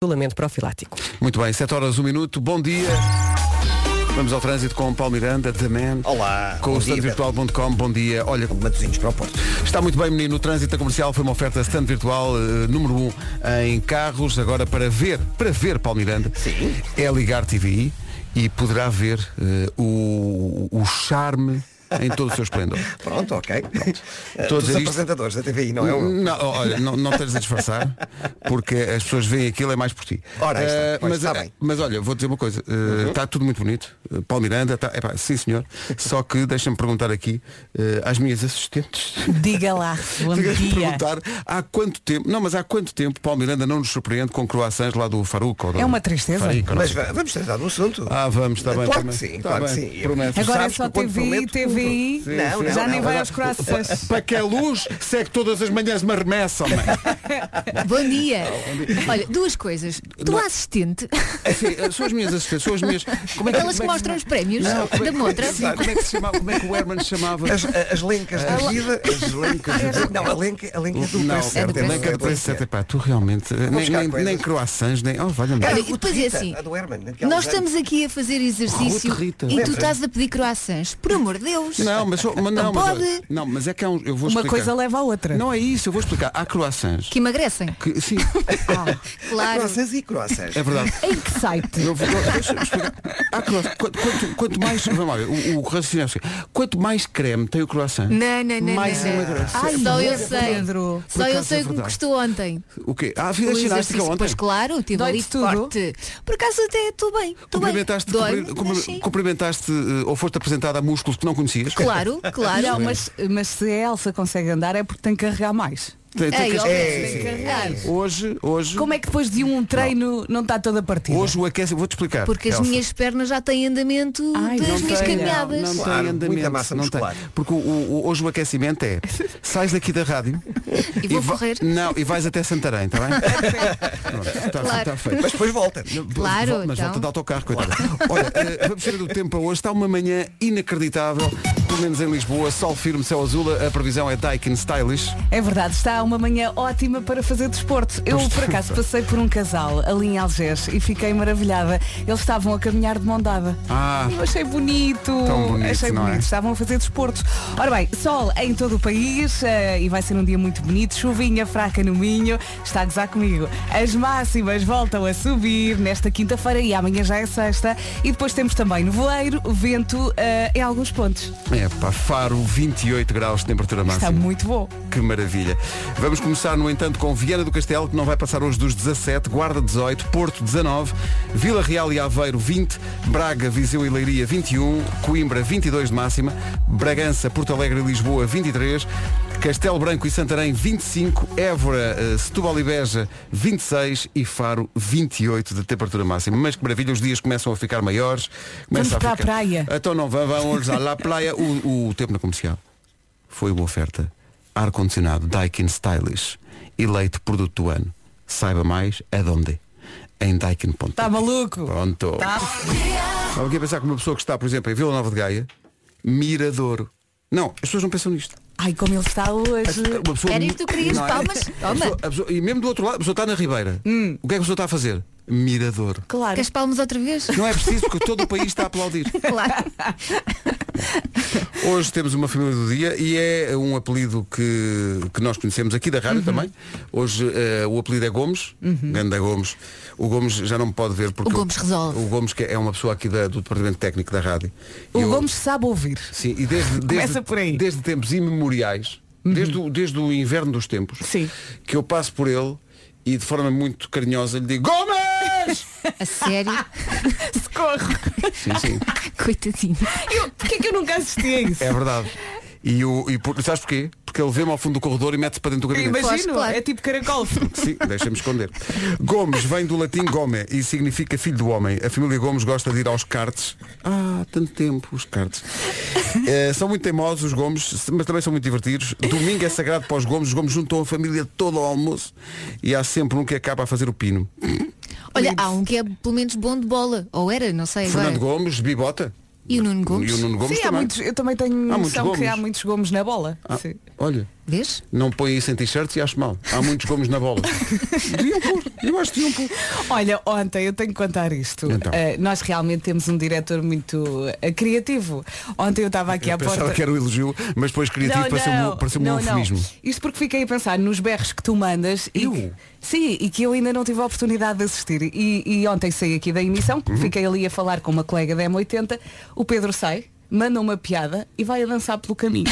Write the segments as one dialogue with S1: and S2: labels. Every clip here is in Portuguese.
S1: isolamento profilático.
S2: Muito bem, 7 horas, 1 minuto, bom dia. Vamos ao trânsito com o Paulo Miranda, The Man.
S3: Olá.
S2: Com o
S3: bom dia,
S2: standvirtual.com, bom dia. Olha,
S3: Pedro. Matosinhos para o Porto.
S2: está muito bem, menino. O trânsito da comercial foi uma oferta stand virtual eh, número 1 um em carros. Agora, para ver, para ver, Paulo Miranda,
S3: Sim.
S2: é ligar TVI e poderá ver eh, o, o charme em todo o seu esplendor.
S3: Pronto, ok. Eh,
S2: Estou a
S3: Dos
S2: dizer isto-
S3: apresentadores da TVI, não é eu?
S2: Não, olha, não, não tens a disfarçar, porque as pessoas veem aquilo, é mais por ti.
S3: Ora, aí está.
S2: Eh,
S3: Pois,
S2: mas,
S3: está bem. Uhum.
S2: mas olha, vou dizer uma coisa, eh, está tudo muito bonito. Eh, Paulo Miranda, está, epá, sim senhor, só que deixa-me perguntar aqui eh, às minhas assistentes.
S1: Diga lá, bom
S2: Tinha-me
S1: dia.
S2: perguntar há quanto tempo, não, mas há quanto tempo Paulo Miranda não nos surpreende com croissants lá do Faruco?
S1: É uma tristeza.
S3: Mas va- vamos tratar do assunto.
S2: Ah, vamos, está bem.
S3: Claro que
S2: também.
S3: sim,
S2: Está
S3: claro que
S2: bem,
S3: sim.
S2: Prometo.
S3: Tu
S1: Agora é
S3: sabes
S1: só
S3: que quando
S1: TVI,
S3: prometo,
S1: TVI,
S3: tudo. Não, não,
S1: já nem
S3: não,
S1: vai
S3: não.
S1: aos croissants.
S2: Para que a luz segue todas as manhãs uma remessa, homem.
S4: Bom dia. Olha, duas coisas. Tu
S2: Não-
S4: assistente,
S2: Assim, são as minhas assistentes, são as minhas. Como é
S4: aquelas que
S2: como é
S4: mostram os prémios
S2: como é-
S4: da Montra.
S2: Sim, como é que se chamava? Como é que o Herman se chamava? Ah,
S3: As, as lencas da vida. As lencas da vida. Não, a lenca, a lenca do preço
S2: não,
S3: certo.
S4: é do
S2: nem que
S4: preço
S2: de preço certo, epá, tu realmente, nem,
S3: buscar
S2: nem,
S3: coisas.
S2: nem croissants, nem. Oh, valha-me.
S4: Olha,
S3: Era
S4: e depois é
S3: Rita,
S4: assim,
S3: a do Herman, naqueles
S4: Nós
S3: anos.
S4: estamos aqui a fazer exercício
S2: Ruth Rita.
S4: e
S2: Lembra?
S4: tu estás a pedir croissants. Por amor de Deus.
S2: Não, mas, só- mas não,
S4: Não
S2: mas,
S4: pode.
S2: não, mas é que há um, eu vou
S1: Uma
S2: explicar.
S1: coisa leva à outra.
S2: Não é isso, eu vou explicar. Há croissants
S4: Que emagrecem.
S2: que sim,
S4: Claro.
S3: Croissants e croissants.
S2: é verdade.
S1: Em que site?
S2: Eu vou- deixa-me explicar. Há croissants. Quanto, quanto- quanto mais, vamos lá ver, o, o raciocínio é o seguinte. quanto mais creme tem o croissant,
S4: Não, não, não.
S2: mais
S4: não, não.
S2: emagrece.
S1: Ai,
S4: Só eu
S1: Pedro.
S4: sei.
S1: Pedro.
S2: Por
S4: Só eu
S2: acaso é
S4: sei como
S2: verdade.
S4: custou ontem.
S2: O quê? Ah, fiz
S4: O
S2: a
S4: exercício,
S2: ginástica ontem.
S4: Pois claro, tive ali
S1: Dói-te tudo?
S4: forte. Por acaso até estou bem. Estou bem.
S2: Cumprimentaste,
S4: Dói-me,
S2: cumpri- cumpri-
S4: mas sim.
S2: cumprimentaste, eh, ou foste apresentada a músculos que não conhecias? é?
S4: Claro, claro.
S1: Não, mas, mas se a Elsa consegue andar é porque tem que carregar mais.
S2: Tem- tem
S4: Ei,
S2: que-
S4: ó,
S3: É,
S4: tem que
S3: sim.
S4: carregar.
S2: Hoje, hoje,
S1: Como é que depois de um treino não está toda partida?
S2: hoje o aquecimento, vou-te explicar.
S4: Porque as
S2: Elsa.
S4: minhas pernas já têm andamento
S1: Ai,
S4: das
S1: não
S4: minhas
S1: tenho,
S4: caminhadas.
S2: Não
S3: Claro,
S2: tem
S3: muita
S2: andamento.
S3: massa
S2: não tem.
S3: muscular.
S2: Porque o, o- hoje o aquecimento é sais daqui da rádio
S4: E vou
S2: va-
S4: correr.
S2: Não, e vais até Santarém, está bem? Pronto, está
S4: Claro.
S2: está feito.
S3: Mas depois volta.
S4: Claro,
S2: Vol- Mas
S4: então.
S2: volta de autocarro, coitada. Olha, eh, vamos ver do tempo para hoje. Está uma manhã inacreditável, pelo menos em Lisboa, sol firme, céu azul. A previsão é Daikin Stylish.
S1: É verdade, está uma manhã ótima para fazer desporto. Eu, por acaso, passei por um casal ali em Algés e fiquei maravilhada. Eles estavam a caminhar de mão dada.
S2: Ah.
S1: Eu achei bonito.
S2: Tão bonito,
S1: achei
S2: não é?
S1: bonito. Estavam a fazer desportos. Ora bem, sol em todo o país eh, e vai ser um dia muito bonito. Chuvinha fraca no Minho. Está a gozar comigo. As máximas voltam a subir nesta quinta-feira e amanhã já é sexta. E depois temos também nevoeiro, vento eh, em alguns pontos.
S2: É pá, Faro, 28 graus de temperatura máxima.
S1: Está muito bom.
S2: Que maravilha. Vamos começar, no entanto, com Viana do Castelo, que não vai passar hoje dos 17, Guarda 18, Porto 19, Vila Real e Aveiro 20, Braga, Viseu e Leiria 21, Coimbra 22 de máxima, Bragança, Porto Alegre e Lisboa 23, Castelo Branco e Santarém 25, Évora, eh, Setúbal e Beja 26 e Faro 28 de temperatura máxima. Mas que maravilha, os dias começam a ficar maiores.
S1: Vamos
S2: começa
S1: para a
S2: ficar-
S1: praia.
S2: Então não, vão- vamos à la praia. O, o tempo na comercial foi uma oferta. Ar-condicionado Daikin Stylish. Eleito produto do ano. Saiba mais aonde? Em daikin.com.
S1: Está Tá maluco?
S2: Pronto.
S1: Tá.
S2: Estava aqui a pensar que uma pessoa que está, por exemplo, em Vila Nova de Gaia, Miradouro. Não, as pessoas não pensam nisto.
S1: Ai, como ele está hoje.
S2: Uma pessoa-
S4: Querem que tu querias
S2: Não é?
S4: palmas? Hum.
S2: A
S4: Toma.
S2: pessoa- a pessoa- e mesmo do outro lado, a pessoa está na Ribeira. O que é que a pessoa está a fazer? Miradouro.
S1: Claro.
S4: Queres palmas outra vez?
S2: Não é preciso porque todo o país está a aplaudir.
S4: Claro.
S2: Hoje temos uma família do dia e é um apelido que, que nós conhecemos aqui da
S1: Uhum.
S2: rádio também. Hoje eh, o apelido é Gomes, Ganda Gomes. O Gomes já não me pode ver porque
S4: O Gomes resolve.
S2: O Gomes que é uma pessoa aqui da- do departamento técnico da rádio.
S1: O
S2: E eu-
S1: Gomes sabe ouvir.
S2: Sim, e desde, desde,
S1: Começa por aí. Uhum.
S2: desde tempos imemoriais, desde, o, desde o inverno dos tempos,
S1: Sim.
S2: que eu passo por ele e de forma muito carinhosa lhe digo Gomes!
S4: A sério?
S1: Socorro!
S2: sim, sim.
S4: Coitadinho.
S1: Eu, porquê que eu nunca assisti a isso?
S2: É verdade. E, o, e por- sabes porquê? Porque ele vê-me ao fundo do corredor e mete-se para dentro do gabinete.
S1: Imagino,
S4: Claro.
S1: é tipo caracol.
S2: Sim, deixa-me esconder. Gomes vem do latim gome e significa filho do homem. A família Gomes gosta de ir aos cartes. Ah, tanto tempo, os cartes. Eh, são muito teimosos os Gomes, mas também são muito divertidos. Domingo é sagrado para os Gomes. Os Gomes juntam a família toda ao almoço e há sempre um que acaba a fazer o pino.
S4: Olha, há um que é pelo menos bom de bola. Ou era, não sei agora.
S2: Fernando Gomes, Bibota.
S4: E o Nuno Gomes?
S2: E o Nuno Gomes
S1: Sim, há
S2: também.
S1: muitos, eu também tenho
S2: Há muitos
S1: noção que
S2: Gomes.
S1: há muitos Gomes na bola.
S2: Ah,
S1: Sim.
S2: Olha,
S4: Vês?
S2: Não põe isso em t-shirts e acho mal. Há muitos gomos na bola. Deviam pôr. Eu acho que deviam pôr.
S1: Olha, ontem eu tenho que contar isto.
S2: Então.
S1: Eh, nós realmente temos um diretor muito eh, criativo. Ontem eu estava aqui à
S2: Pensava
S1: porta.
S2: que era o elogio, mas depois criativo
S1: Não,
S2: pareceu-me
S1: não,
S2: pareceu-me um
S1: não, não.
S2: eufemismo.
S1: Isto porque fiquei a pensar nos berros que tu mandas e
S2: Eu?
S1: que- sim, e que eu ainda não tive a oportunidade de assistir. E, e ontem saí aqui da emissão,
S2: Uhum.
S1: fiquei ali a falar com uma colega da M80, o Pedro sai, manda uma piada e vai a dançar pelo caminho.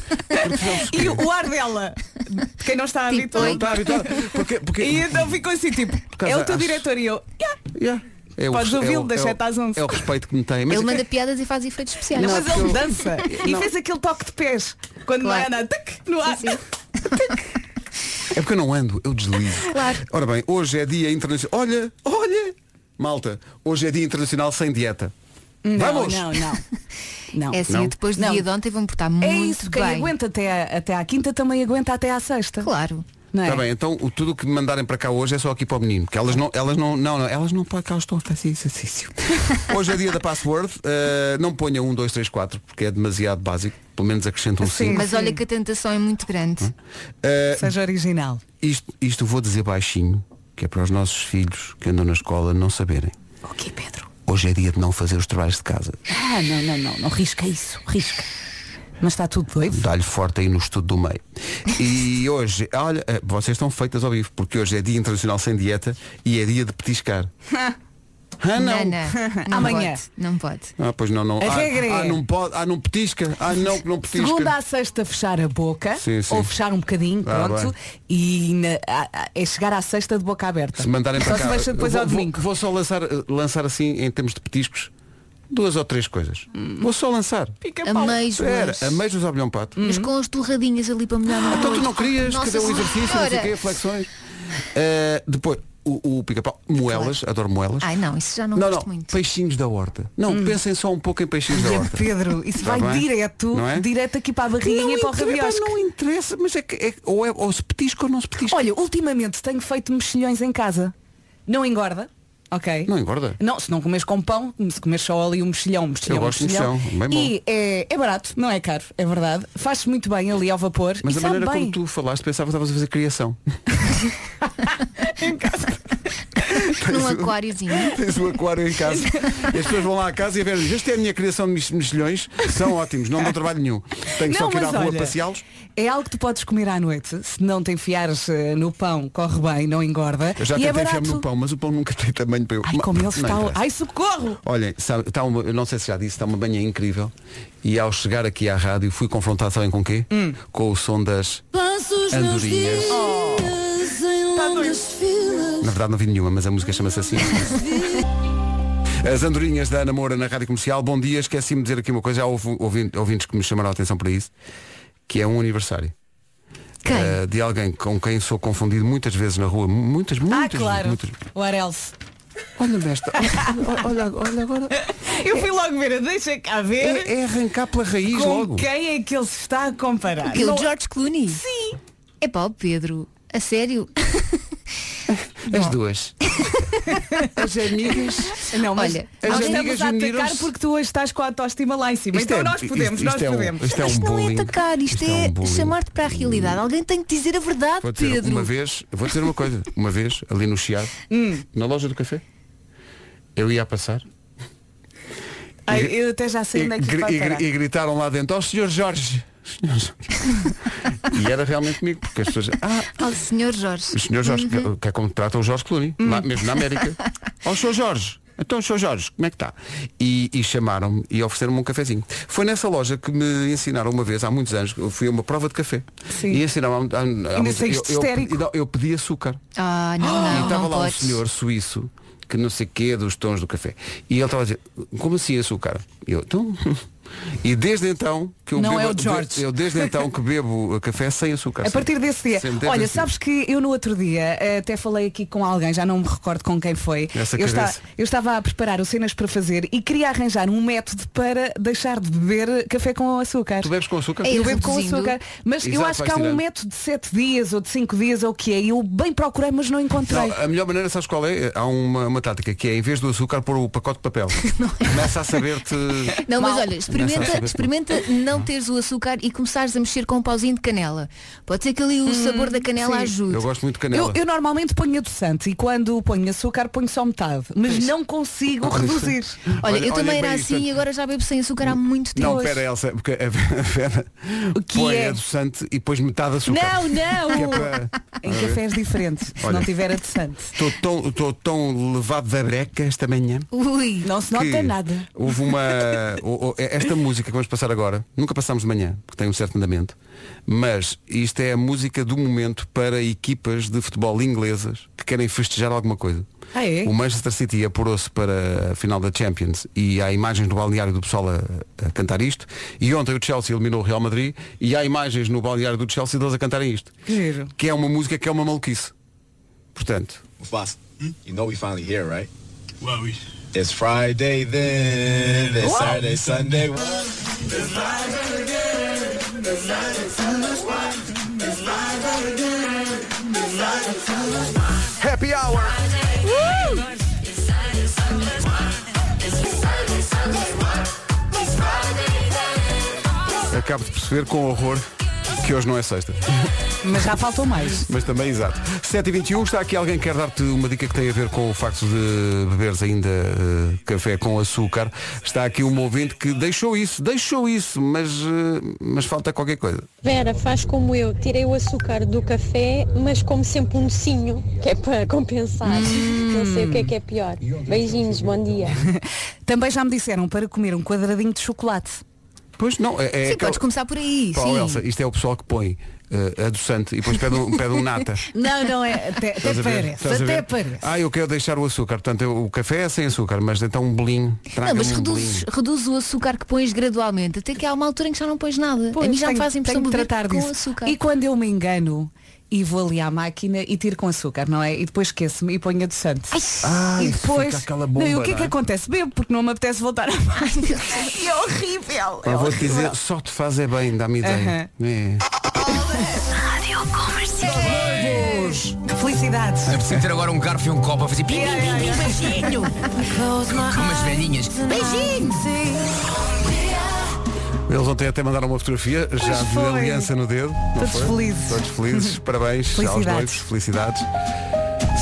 S1: e o ar dela, de quem não está
S4: Tipo,
S1: habituado.
S4: oi.
S2: Está habituado. Tá, Porque, porque,
S1: E então ficou assim, tipo,
S2: acaso,
S1: é o teu
S2: acho-
S1: diretor e eu. "Ya."
S2: Yeah. É o
S1: Podes
S2: res-
S1: ouvi-lo um
S2: é o-
S1: das
S2: é o-
S1: sete às onze.
S2: É o respeito que me tem. Mas
S4: Ele
S2: é-
S4: manda piadas e faz efeitos especiais.
S1: Não,
S2: Não,
S1: mas
S2: porque
S1: ele
S2: eu-
S1: dança. E
S2: Não.
S1: fez aquele toque de pés. Quando
S4: Claro.
S1: vai andar tac, no ar.
S4: Sim, sim.
S2: É porque eu não ando, eu deslizo.
S4: Claro.
S2: Ora bem, hoje é dia internacional. Olha, olha! Malta, hoje é dia internacional sem dieta. Vamos!
S1: Não, não, não. Não.
S4: É assim,
S2: Não.
S4: depois do
S1: Não.
S4: dia de ontem vão portar
S1: É
S4: muito
S1: isso, quem
S4: bem.
S1: aguenta até, à- até à quinta também aguenta até à sexta.
S4: Claro.
S1: Não é?
S2: Está bem, então o, tudo o que me mandarem para cá hoje é só aqui para o menino, que elas não, elas não, não, não elas não para cá estão a fazer exercício. Hoje é dia da password, eh, não ponha 1, 2, 3, 4, porque é demasiado básico, pelo menos acrescenta um
S1: Sim.
S2: 5.
S4: Mas olha que a tentação é muito grande.
S2: Eh,
S1: Seja original.
S2: Isto, isto vou dizer baixinho, que é para os nossos filhos que andam na escola não saberem.
S1: O que Pedro?
S2: Hoje é dia de não fazer os trabalhos de casa.
S1: Ah, não, não, não, não risca isso, risca. Mas está tudo doido?
S2: Dá-lhe forte aí no estudo do meio. E hoje, olha, eh, vocês estão feitas ao vivo, porque hoje é dia internacional sem dieta e é dia de petiscar. Ah, não.
S4: Nana, não
S1: Amanhã.
S4: Pode, não pode.
S2: Ah, pois não, não.
S1: A
S2: ah,
S1: regra é-
S2: ah, não pode, ah, não petisca. Ah, não, que não petisca.
S1: Segunda à sexta fechar a boca
S2: Sim, sim.
S1: ou fechar um bocadinho,
S2: Ah,
S1: pronto, e na- a- a- é chegar à sexta de boca aberta.
S2: Se mandarem
S1: Só
S2: para
S1: se
S2: cá.
S1: deixa depois
S2: vou,
S1: ao
S2: vou-
S1: domingo.
S2: Vou, só lançar, eh, lançar assim, em termos de petiscos, duas ou três coisas.
S1: Hum.
S2: Vou só lançar.
S1: Fica pau.
S2: Espera,
S4: Ameijoas.
S2: ameijos ao bilhão pato.
S1: Hum.
S4: Mas com as torradinhas ali para melhor no
S2: Então tu
S4: olho.
S2: não querias
S4: Nossa
S2: fazer um exercício, não sei o
S4: Senhora.
S2: quê, flexões. Eh, depois, o, o pica-pau, moelas, adoro moelas.
S1: Ah,
S4: Ai não, isso já não,
S2: não, não,
S4: gosto muito.
S2: peixinhos da horta. Não, pensem só um pouco em peixinhos da horta.
S1: Hum. Pedro, isso
S2: Está
S1: vai
S2: bem?
S1: direto,
S2: Não é?
S1: direto aqui para a barriguinha e para o
S2: interessa,
S1: rabiosco.
S2: não interessa, mas é que é- ou, é, ou se petisca ou não se petisca.
S1: Olha, ultimamente tenho feito mexilhões em casa. Não engorda, ok?
S2: Não engorda?
S1: Não, se não comes com pão, se comes só ali um mexilhão, um mexilhão,
S2: Eu gosto
S1: um
S2: de
S1: mexilhão.
S2: mexilhão, bem bom.
S1: E é, é barato, não é caro, é verdade. Faz-se muito bem ali ao vapor.
S2: Mas
S1: e
S2: a
S1: sabe
S2: maneira
S1: é bem.
S2: como tu falaste, pensava que estavas a fazer criação.
S4: Num aquáriozinho.
S2: Tens um aquário em casa. E as pessoas vão lá à casa e a ver, esta é a minha criação de mex- mexilhões, são ótimos, não dão trabalho nenhum. Tenho só
S1: Não,
S2: que ir à
S1: mas
S2: rua
S1: olha,
S2: passeá-los.
S1: É algo que tu podes comer à noite. Se não te enfiares eh, no pão, corre bem, não engorda.
S2: Eu já
S1: e é
S2: tentei
S1: barato.
S2: enfiar-me no pão, mas o pão nunca tem tamanho para eu.
S1: Ai, como
S2: Não
S1: ele está.
S2: interessa.
S1: Ai, socorro!
S2: Olhem, sabe, está uma, eu não sei se já disse, está uma banha incrível. E ao chegar aqui à rádio fui confrontado, sabem com o quê? Com o som das andorinhas.
S5: Oh. Tá
S2: Na verdade não vi nenhuma, mas a música chama-se assim. As andorinhas da Ana Moura na Rádio Comercial. Bom dia, esqueci-me de dizer aqui uma coisa, já houve ouvin- ouvintes que me chamaram a atenção para isso, que é um aniversário.
S4: Quem?
S2: eh, de alguém com quem sou confundido muitas vezes na rua. Muitas,
S1: Ah,
S2: muitas,
S1: claro.
S2: muitas.
S1: O Arelse.
S2: Olha-me esta. Olha, olha agora.
S1: Eu fui logo ver, deixa cá ver
S2: É, é arrancar pela raiz
S1: com
S2: logo.
S1: quem é que ele se está a comparar.
S4: Que
S1: Não-
S4: o George Clooney?
S1: Sim.
S4: É pá, o Pedro. A sério?
S2: As duas. As amigas.
S1: Não, mas
S4: Olha,
S1: nós
S2: as
S1: estamos
S2: amigas
S1: a atacar
S2: uniram-se.
S1: porque tu hoje estás com a autoestima lá em cima. então nós podemos, nós
S2: é um-
S1: podemos.
S2: isto é um
S4: isto não
S2: bullying.
S4: é atacar, isto, é,
S2: um bullying.
S4: chamar-te para a realidade. Alguém tem que dizer a verdade,
S2: Vou dizer,
S4: Pedro.
S2: uma vez, vou dizer uma coisa, uma vez, ali no Chiado, na loja do café, eu ia a passar
S1: Ai, eu até já
S2: e,
S1: sei onde é que
S2: gri-
S1: isto vai
S2: e gri-
S1: parar.
S2: e gritaram lá dentro, ó senhor Jorge. Senhor Jorge. e era realmente comigo, porque as pessoas, ah,
S4: Ao senhor Jorge.
S2: o senhor
S1: Uhum.
S2: Jorge, que- que é como trata o Jorge Clooney, lá mesmo na América. Ó senhor Jorge, então senhor Jorge, como é que está? E, e chamaram-me e ofereceram-me um cafezinho. Foi nessa loja que me ensinaram uma vez, há muitos anos, eu fui a uma prova de café.
S1: Sim.
S2: E ensinaram há, há, há muitos- eu,
S1: saíste
S2: eu,
S1: histérico.
S2: pedi- não, eu pedi açúcar.
S4: Ah, não,
S2: e
S4: não,
S2: estava
S4: não
S2: lá um
S4: podes.
S2: senhor suíço que não sei quê dos tons do café. E ele estava a dizer, como assim açúcar? E eu, então. E desde então que eu
S1: Não
S2: bebo,
S1: é o George.
S2: Eu desde então que bebo café sem açúcar.
S1: A partir desse dia.
S2: Sem meter
S1: Olha,
S2: açúcar.
S1: sabes que eu no outro dia eh, até falei aqui com alguém, já não me recordo com quem foi.
S2: Essa
S1: eu,
S2: cabeça.
S1: eu estava a preparar o cenas para fazer e queria arranjar um método para deixar de beber café com açúcar.
S2: Tu bebes com açúcar?
S4: É
S1: Eu bebo com
S4: reduzindo.
S1: açúcar, mas eu
S2: Exato,
S1: acho que
S2: vais
S1: há um
S2: tirando.
S1: método de 7 dias ou de 5 dias ou o que é. Eu bem procurei, mas não encontrei.
S2: Não, a melhor maneira, sabes qual é? Há
S1: é.
S2: uma, uma tática que é, em vez do açúcar, pôr o pacote de papel. Começa a saber-te...
S4: Não, mas
S1: Mal.
S4: olha, experimenta, experimenta não teres o açúcar e começares a mexer com um pauzinho de canela. Pode ser que ali o
S1: Hum,
S4: sabor da canela ajude.
S2: Eu gosto muito de canela.
S1: Eu, eu normalmente ponho adoçante e quando ponho açúcar ponho só metade,
S2: É
S1: mas não consigo reduzir.
S4: Olha,
S2: Olha-
S4: eu também
S2: olhem
S4: era
S2: bem isto.
S4: assim e agora já bebo sem açúcar há muito tempo.
S2: Não, espera Elsa, porque a Vera
S1: O que
S2: põe
S1: é?
S2: adoçante e depois metade de açúcar.
S1: Não,
S2: Que é
S1: não!
S2: para-
S1: Em cafés diferentes, se
S2: Olha.
S1: não tiver adoçante.
S2: Estou tão, estou tão levado da breca esta manhã.
S4: Ui.
S1: Não se
S2: que
S1: nota nada.
S2: Houve uma. o- o- Esta música que vamos passar agora, nunca passámos de manhã, porque tem um certo andamento, mas isto é a música do momento para equipas de futebol inglesas que querem festejar alguma coisa.
S1: Ah, é?
S2: O Manchester City apurou-se para a final da Champions e há imagens no balneário do pessoal a, a cantar isto. E ontem o Chelsea eliminou o Real Madrid e há imagens no balneário do Chelsea deles a cantarem isto.
S1: Que giro.
S2: Que é uma música que é uma maluquice. Portanto,
S6: Boss, you know we finally here, right?
S7: Well, we
S6: It's Friday then, it's Saturday, Sunday.
S2: Happy Hour!
S8: Uh!
S2: Acabo de perceber com horror que hoje não é sexta.
S1: Mas já faltou mais.
S2: Mas também exato. 7h21, está aqui alguém que quer dar-te uma dica que tem a ver com o facto de beberes ainda eh, café com açúcar. Está aqui um ouvinte que deixou isso, deixou isso, mas, eh, mas falta qualquer coisa.
S8: Vera, faz como eu, tirei o açúcar do café, mas como sempre um docinho, que é para compensar.
S2: Hum.
S8: Não sei o que é que é pior. Beijinhos, bom dia.
S1: Também já me disseram para comer um quadradinho de chocolate.
S2: Pois não, é, é
S4: Sim,
S2: aquela-
S4: podes começar por aí.
S2: Pá,
S4: sim.
S2: Elsa, isto é o pessoal que põe eh, adoçante e depois pede um, pede um nata.
S1: Não, não é. Até, até
S2: Estás a ver?
S1: parece.
S2: Estás a
S1: Até
S2: ver?
S1: parece.
S2: Ah, eu quero deixar o açúcar. Portanto, eu- o café é sem açúcar, mas então um bolinho.
S4: Não,
S2: Traga-me
S4: mas
S2: um
S4: reduzes,
S2: bolinho.
S4: reduzes o açúcar que pões gradualmente, até que há uma altura em que já não pões nada. a mim já me
S1: tenho-
S4: faz a impressão
S1: tenho que
S4: beber
S1: tratar
S4: com
S1: disso.
S4: açúcar.
S1: E quando eu me engano e vou ali à máquina e tiro com açúcar, não é? E depois esqueço-me e ponho adoçante.
S2: Ah,
S1: e
S2: isso
S1: depois.
S2: fica aquela
S1: não, e o
S2: bomba,
S1: que é que
S2: não é?
S1: acontece? Bebo, porque não me apetece voltar à máquina. E é horrível. é
S2: Eu vou-te
S1: horrível.
S2: dizer, só te faz é bem, dá-me ideia. É.
S1: Felicidades.
S5: Eu preciso ter agora um garfo e um copo a fazer pim, pim,
S1: Yeah, yeah,
S5: pim, pim, beijinho. Com umas velhinhas. Beijinho.
S2: Eles ontem até mandaram uma fotografia, já de
S1: foi.
S2: aliança no dedo. não
S1: Todos
S2: foi?
S1: felizes.
S2: Todos felizes, parabéns aos
S1: Felicidades.
S2: noivos, felicidades.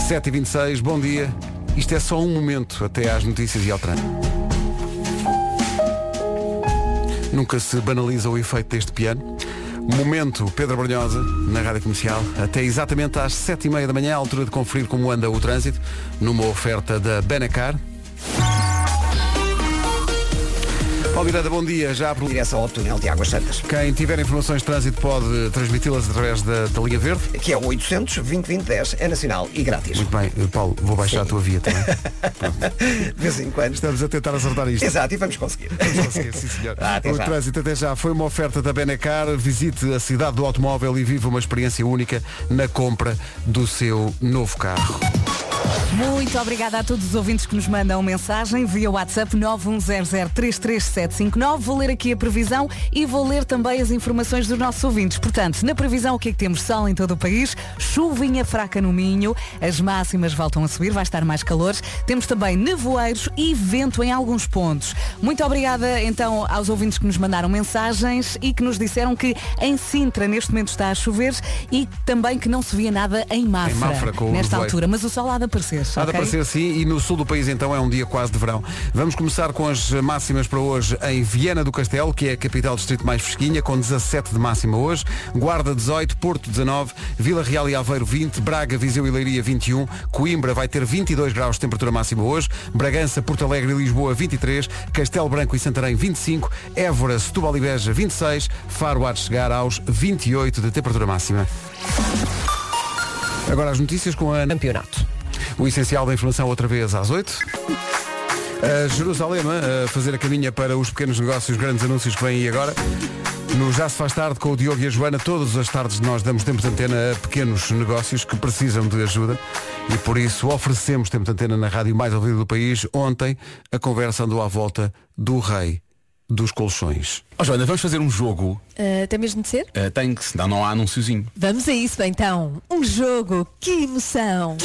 S2: 7h26, bom dia. Isto é só um momento até às notícias e ao trânsito. Nunca se banaliza o efeito deste piano. Momento Pedro Brunhosa, na Rádio Comercial, até exatamente às 7h30 da manhã, à altura de conferir como anda o trânsito, numa oferta da Benacar. Paulo Miranda, bom dia. Já apro-
S3: Direção ao túnel de Águas Santas,
S2: Quem tiver informações de trânsito pode transmiti-las através da, da linha verde.
S3: que é o 800 2020 10, é nacional e grátis.
S2: Muito bem, eh, Paulo, vou baixar a tua via também.
S3: De vez em quando.
S2: Estamos a tentar acertar isto.
S3: Exato, e vamos conseguir.
S2: Vamos conseguir, sim, senhor.
S3: Ah, até
S2: o
S3: já.
S2: trânsito até já foi uma oferta da Benacar. Visite a cidade do automóvel e viva uma experiência única na compra do seu novo carro.
S1: Muito obrigada a todos os ouvintes que nos mandam mensagem via WhatsApp 910033759. Vou ler aqui a previsão e vou ler também as informações dos nossos ouvintes. Portanto, na previsão, o que é que temos? Sol em todo o país, chuvinha fraca no Minho, as máximas voltam a subir, vai estar mais calor. Temos também nevoeiros e vento em alguns pontos. Muito obrigada então aos ouvintes que nos mandaram mensagens e que nos disseram que em Sintra neste momento está a chover e também que não se via nada em Mafra,
S2: Mafra, com o
S1: nesta
S2: nevoeiro.
S1: altura. Mas o sol há de aparecer.
S2: Há
S1: ok?
S2: de aparecer sim assim, e no sul do país então é um dia quase de verão. Vamos começar com as máximas para hoje em Viena do Castelo, que é a capital do distrito mais fresquinha, com 17 de máxima hoje, Guarda 18, Porto 19, Vila Real e Aveiro 20, Braga, Viseu e Leiria 21, Coimbra vai ter 22 graus de temperatura máxima hoje, Bragança, Porto Alegre e Lisboa 23, Castelo Branco e Santarém 25, Évora, Setúbal e Beja 26, Faro há de chegar aos 28 de temperatura máxima. Agora as notícias com a Ana.
S3: Campeonato.
S2: O essencial da informação outra vez às 8. A Jerusalema a fazer a caminha para os pequenos negócios, grandes anúncios que vêm aí agora. No Já se faz tarde com o Diogo e a Joana, todas as tardes nós damos tempo de antena a pequenos negócios que precisam de ajuda e por isso oferecemos tempo de antena na rádio mais ouvida do país. Ontem a conversa andou à volta do rei dos colchões.
S5: Ó Joana, vamos fazer um jogo.
S9: até Eh, mesmo de ser?
S5: Ah, tem que, senão não há anunciozinho.
S9: Vamos a isso então. Um jogo, que emoção!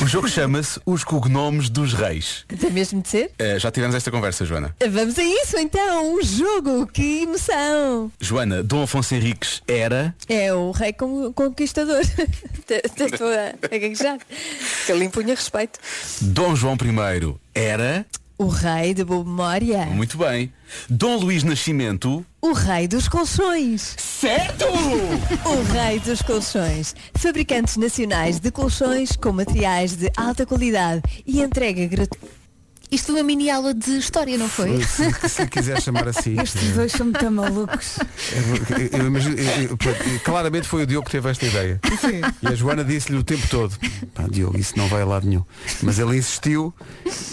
S5: Um
S6: jogo chama-se Os Cognomes dos Reis.
S9: Tem mesmo de ser?
S6: Eh, já tivemos esta conversa, Joana.
S9: Vamos a isso então, um jogo, que emoção!
S6: Joana, Dom Afonso Henriques era.
S9: É o rei con- conquistador. Estou a a gaguejar. Que ele impunha respeito.
S6: Dom João I era.
S9: O rei de boa memória.
S6: Muito bem. Dom Luís Nascimento.
S9: O rei dos colchões.
S6: Certo!
S9: O rei dos colchões. Fabricantes nacionais de colchões com materiais de alta qualidade e entrega gratuita.
S4: Isto foi uma mini aula de história, não foi?
S2: Se, se quiser chamar assim.
S1: Estes dois são muito malucos.
S2: Eu, eu imagino- eu- eu- pronto, claramente foi o Diogo que teve esta ideia. E a Joana disse-lhe o tempo todo, pá, Diogo, isso não vai a lado nenhum. Mas ele insistiu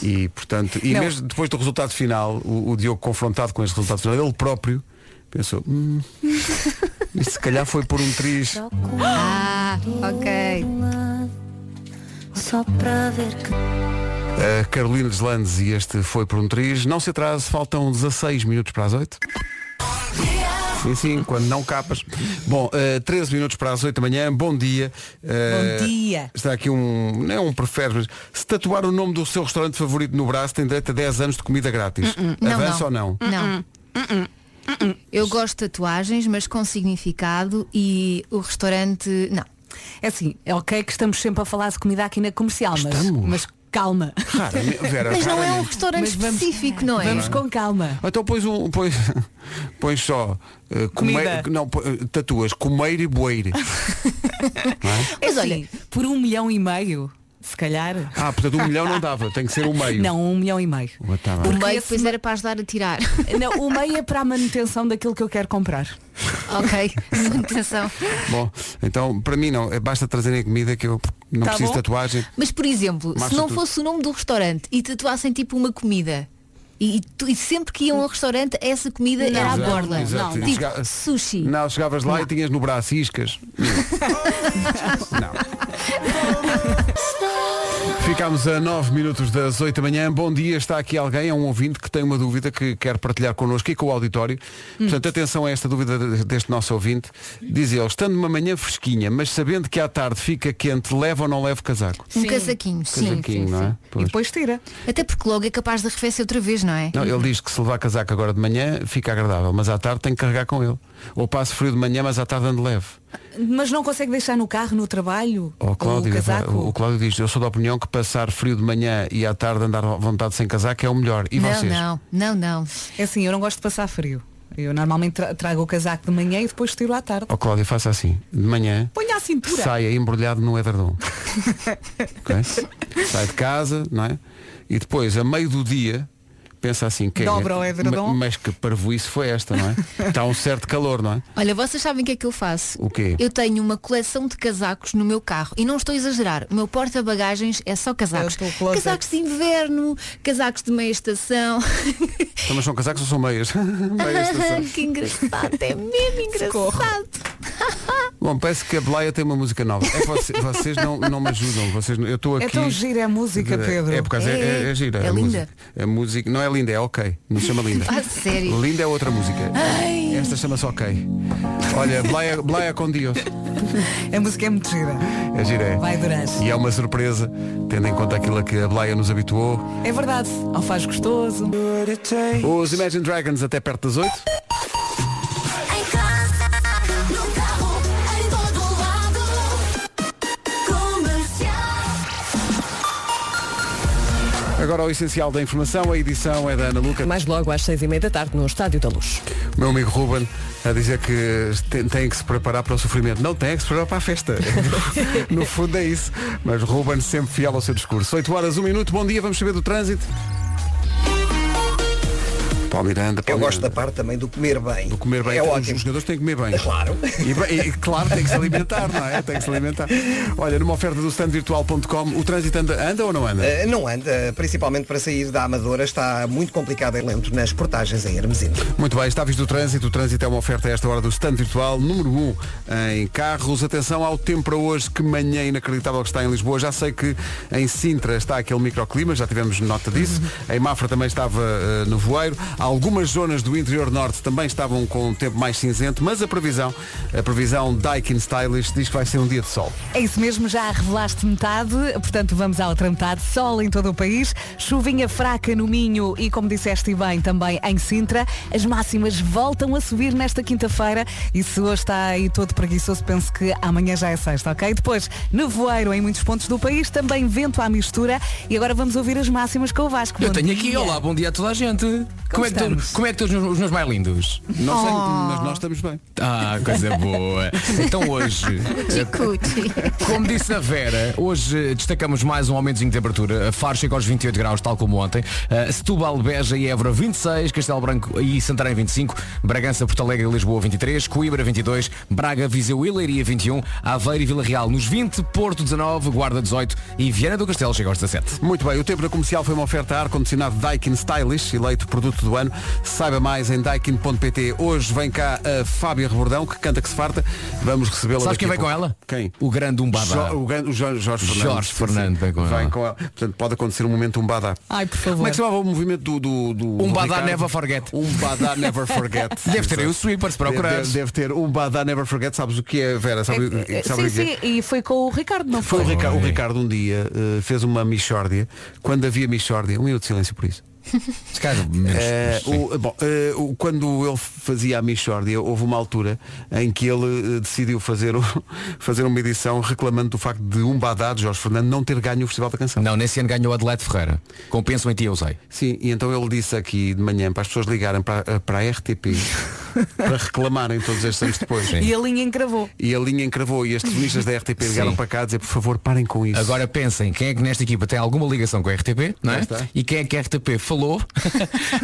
S2: e, portanto, e mesmo depois do resultado final, o, o Diogo confrontado com este resultado final, ele próprio pensou, hum, isto se calhar foi por um triz.
S4: Ah, ok.
S5: Só para ver que
S2: A Carolina Deslandes e este foi por um triz. Não se atrase, faltam 16 minutos para as 8. Sim, sim, quando não capas. Bom, eh, 13 minutos para as 8 da manhã, bom dia. Eh,
S1: Bom dia.
S2: Está aqui um, não é um prefere, mas se tatuar o nome do seu restaurante favorito no braço tem direito a 10 anos de comida grátis.
S4: Hum, Não,
S2: Avança
S4: não.
S2: ou não?
S1: Hum,
S4: Não. Eu gosto de tatuagens, mas com significado e o restaurante. Não.
S1: É assim, é ok que estamos sempre a falar de comida aqui na comercial, mas,
S2: Estamos.
S1: mas calma.
S2: Raramente, Vera,
S4: Mas não é um
S2: raramente.
S4: restaurante
S1: Mas vamos-
S4: específico, não é?
S1: Vamos com calma.
S2: Então pões um. Pões, pões só. eh, come-
S1: Comida.
S2: não, pô- eh, tatuas comeiro e boeiro.
S1: Mas
S4: Mas olha-
S1: olha, por um milhão e meio, se calhar.
S2: Ah, portanto um milhão não dava, tem que ser o meio.
S1: Não, um milhão e meio.
S2: Ah, tá bem.
S4: O
S1: Porque
S4: meio
S1: esse
S4: depois era para ajudar a tirar.
S1: Não, o meio é para a manutenção daquilo que eu quero comprar.
S4: ok. Manutenção.
S2: Bom, então para mim não, é basta trazerem a comida que eu não
S1: Tá
S2: preciso
S1: bom.
S2: de tatuagem.
S4: Mas por exemplo,
S2: Marcha
S4: se não
S2: tudo.
S4: fosse o nome do restaurante e tatuassem tipo uma comida. E, e tu- e sempre que iam ao restaurante, essa comida era é à
S2: Exato,
S4: borla.
S2: exato.
S4: Tipo,
S2: E chega-
S4: sushi.
S2: Não, chegavas lá e tinhas no braço iscas. não. Ficámos a 9 minutos das 8 da manhã. Bom dia, está aqui alguém, é um ouvinte que tem uma dúvida que quer partilhar connosco e com o auditório.
S4: Hum.
S2: Portanto, atenção a esta dúvida de- deste nosso ouvinte. Diz ele, estando uma manhã fresquinha, mas sabendo que à tarde fica quente, leva ou não leva casaco?
S4: Um casaquinho, sim.
S2: Casaquinho, não é?
S1: E
S2: Pois.
S1: depois tira.
S4: Até porque logo é capaz de arrefecer outra vez, não é?
S2: Não, ele diz que se levar casaco agora de manhã fica agradável, mas à tarde tem que carregar com ele. Ou passo frio de manhã, mas à tarde ando leve.
S1: Mas não consegue deixar no carro, no trabalho,
S2: Ó, Cláudio, é
S1: o Um casaco.
S2: o Cláudio diz, eu sou da opinião que passar frio de manhã e à tarde andar à vontade sem casaco é o melhor. E
S4: não,
S2: vocês?
S4: não, não, não.
S1: É assim, eu não gosto de passar frio. Eu normalmente tra- trago o casaco de manhã e depois tiro à tarde.
S2: Ó Cláudio, faça assim. De manhã
S1: Ponha à cintura.
S2: saia embrulhado no edredom. Ok? Sai de casa, não é? E depois, a meio do dia, pensa assim, que
S1: Dobra o edredom.
S2: Ma- Mas que parvoíce foi esta, não é? Está um certo calor, não é?
S4: Olha, vocês sabem o que é que eu faço?
S2: O quê?
S4: Eu tenho uma coleção de casacos no meu carro e não estou a exagerar. O meu porta-bagagens é só casacos.
S1: É o teu closet.
S4: Casacos de inverno, casacos de meia estação.
S2: Então, mas são casacos ou são meias? meias tá estação.
S4: que engraçado, é mesmo engraçado.
S2: Bom, parece que a Blaia tem uma música nova. É que voce- vocês, não, não me ajudam. Vocês, não- eu estou aqui.
S1: É tão gira a música, Pedro.
S2: É por causa, é, é, é gira.
S4: É
S2: a
S4: linda.
S2: música. A música não é linda, é ok. Não se chama linda.
S4: Ah, sério.
S2: Linda é outra música. Esta chama-se ok. Olha, Blaia, Blaia com Dios.
S1: A música é muito gira.
S2: É gira. é.
S1: Vai durar.
S2: E é uma surpresa, tendo em conta aquilo a que a Blaia nos habituou.
S1: É verdade. Alfaz gostoso.
S2: Os Imagine Dragons até perto das 8.
S5: Em casa, no carro, em todo lado. Comercial.
S2: Agora o essencial da informação, a edição é da Ana Luca.
S7: Mais logo às seis e meia da tarde no Estádio da Luz.
S2: O meu amigo Ruben a dizer que tem, tem que se preparar para o sofrimento. Não, tem que se preparar para a festa. no fundo é isso. Mas Ruben sempre fiel ao seu discurso. 8 horas, 1 minuto, bom dia, vamos saber do trânsito. Paulo Miranda,
S3: Eu
S2: Paulo
S3: gosto da
S2: Miranda.
S3: parte também do comer bem.
S2: Do comer bem,
S3: É
S2: Os-
S3: ótimo. É
S2: os jogadores têm que comer bem.
S3: Claro.
S2: E, bem- e, claro, tem que se alimentar, não é? Tem que se alimentar. Olha, numa oferta do standvirtual.com, o trânsito anda, anda ou não anda?
S3: Eh, não anda, principalmente para sair da Amadora, está muito complicado e lento nas portagens em Hermesino.
S2: Muito bem, está visto o trânsito. O trânsito é uma oferta a esta hora do stand virtual número 1 em carros. Atenção ao tempo para hoje, que manhã inacreditável que está em Lisboa. Já sei que
S10: Uhum.
S2: em Sintra está aquele microclima, já tivemos nota disso. Em Mafra também estava eh, no voeiro. Algumas zonas do interior norte também estavam com um tempo mais cinzento, mas a previsão, a previsão Daikin Stylish diz que vai ser um dia de sol.
S1: É isso mesmo, já revelaste metade, portanto vamos à outra metade. Sol em todo o país, chuvinha fraca no Minho e, como disseste bem, também em Sintra. As máximas voltam a subir nesta quinta-feira e se hoje está aí todo preguiçoso, penso que amanhã já é sexta, ok? Depois, nevoeiro em muitos pontos do país, também vento à mistura e agora vamos ouvir as máximas com o Vasco.
S10: Eu
S1: Bom
S10: tenho aqui,
S1: dia.
S10: olá, bom dia a toda a gente. Como é, que tu-
S1: estamos? Oh.
S10: como é que estão os meus- os meus mais lindos?
S2: Não sei,
S10: Oh.
S2: mas nós estamos bem.
S10: Ah, coisa boa. Então hoje,
S4: Cuti.
S10: como disse a Vera, hoje eh, destacamos mais um aumentozinho de temperatura. A Faro chega aos 28 graus, tal como ontem. Eh, Setúbal, Beja e Évora 26, Castelo Branco e Santarém 25, Bragança, Porto Alegre e Lisboa 23, Coimbra 22, Braga, Viseu e Leiria 21, Aveiro e Vila Real nos 20, Porto 19, Guarda 18 e Viana do Castelo chega aos 17.
S2: Muito bem, o tempo na comercial foi uma oferta a ar-condicionado Daikin Stylish, eleito produto do ano. Saiba mais em daikin.pt. Hoje vem cá a Fábia Rebordão, que canta que se farta. Vamos recebê-la.
S10: Sabes
S2: daqui
S10: quem
S2: a
S10: vem com
S2: pouco.
S10: ela?
S2: Quem?
S10: O grande Umbada.
S2: Jo- o grande- o Jo- Jorge Fernando.
S10: Jorge Fernando vem com ela.
S2: Portanto, pode acontecer um momento um badá.
S1: Ai, por favor.
S2: Como é que se chamava o movimento do... do, do do
S10: Um badá
S2: Ricardo?
S10: never forget.
S2: Um badá never forget.
S10: Deve ter aí o
S2: Exato.
S10: sweeper, se procurares.
S2: Deve, deve ter um badá never forget. Sabes o que é, Vera? Sabe, o-
S1: Eh, eh,
S2: sabe
S1: Sim,
S2: o que é?
S1: sim, e foi com o Ricardo, não
S2: Foi
S1: foi?
S2: o Ricardo, o Ricardo um dia eh, fez uma mixórdia, quando havia mixórdia, um minuto de silêncio por isso.
S10: Se calhar, menos-
S2: Eh,
S10: sim.
S2: o- bom, eh, o- quando ele fazia a mixórdia, houve uma altura em que ele eh, decidiu fazer, o- fazer uma edição reclamando do facto de um badá de Jorge Fernando não ter ganho o Festival da Canção.
S10: Não, nesse ano ganhou Adelaide Ferreira. Compensam em ti, eu sei.
S2: Sim, e então ele disse aqui de manhã para as pessoas ligarem para, para a RTP para reclamarem todos estes anos depois.
S1: E a linha encravou.
S2: E a linha encravou e as televisões da RTP ligaram
S10: Sim.
S2: para cá a dizer por favor parem com isso.
S10: Agora pensem, quem é que nesta equipa tem alguma ligação com a RTP, não
S2: Lá
S10: é?
S2: está.
S10: E quem é que a RTP falou,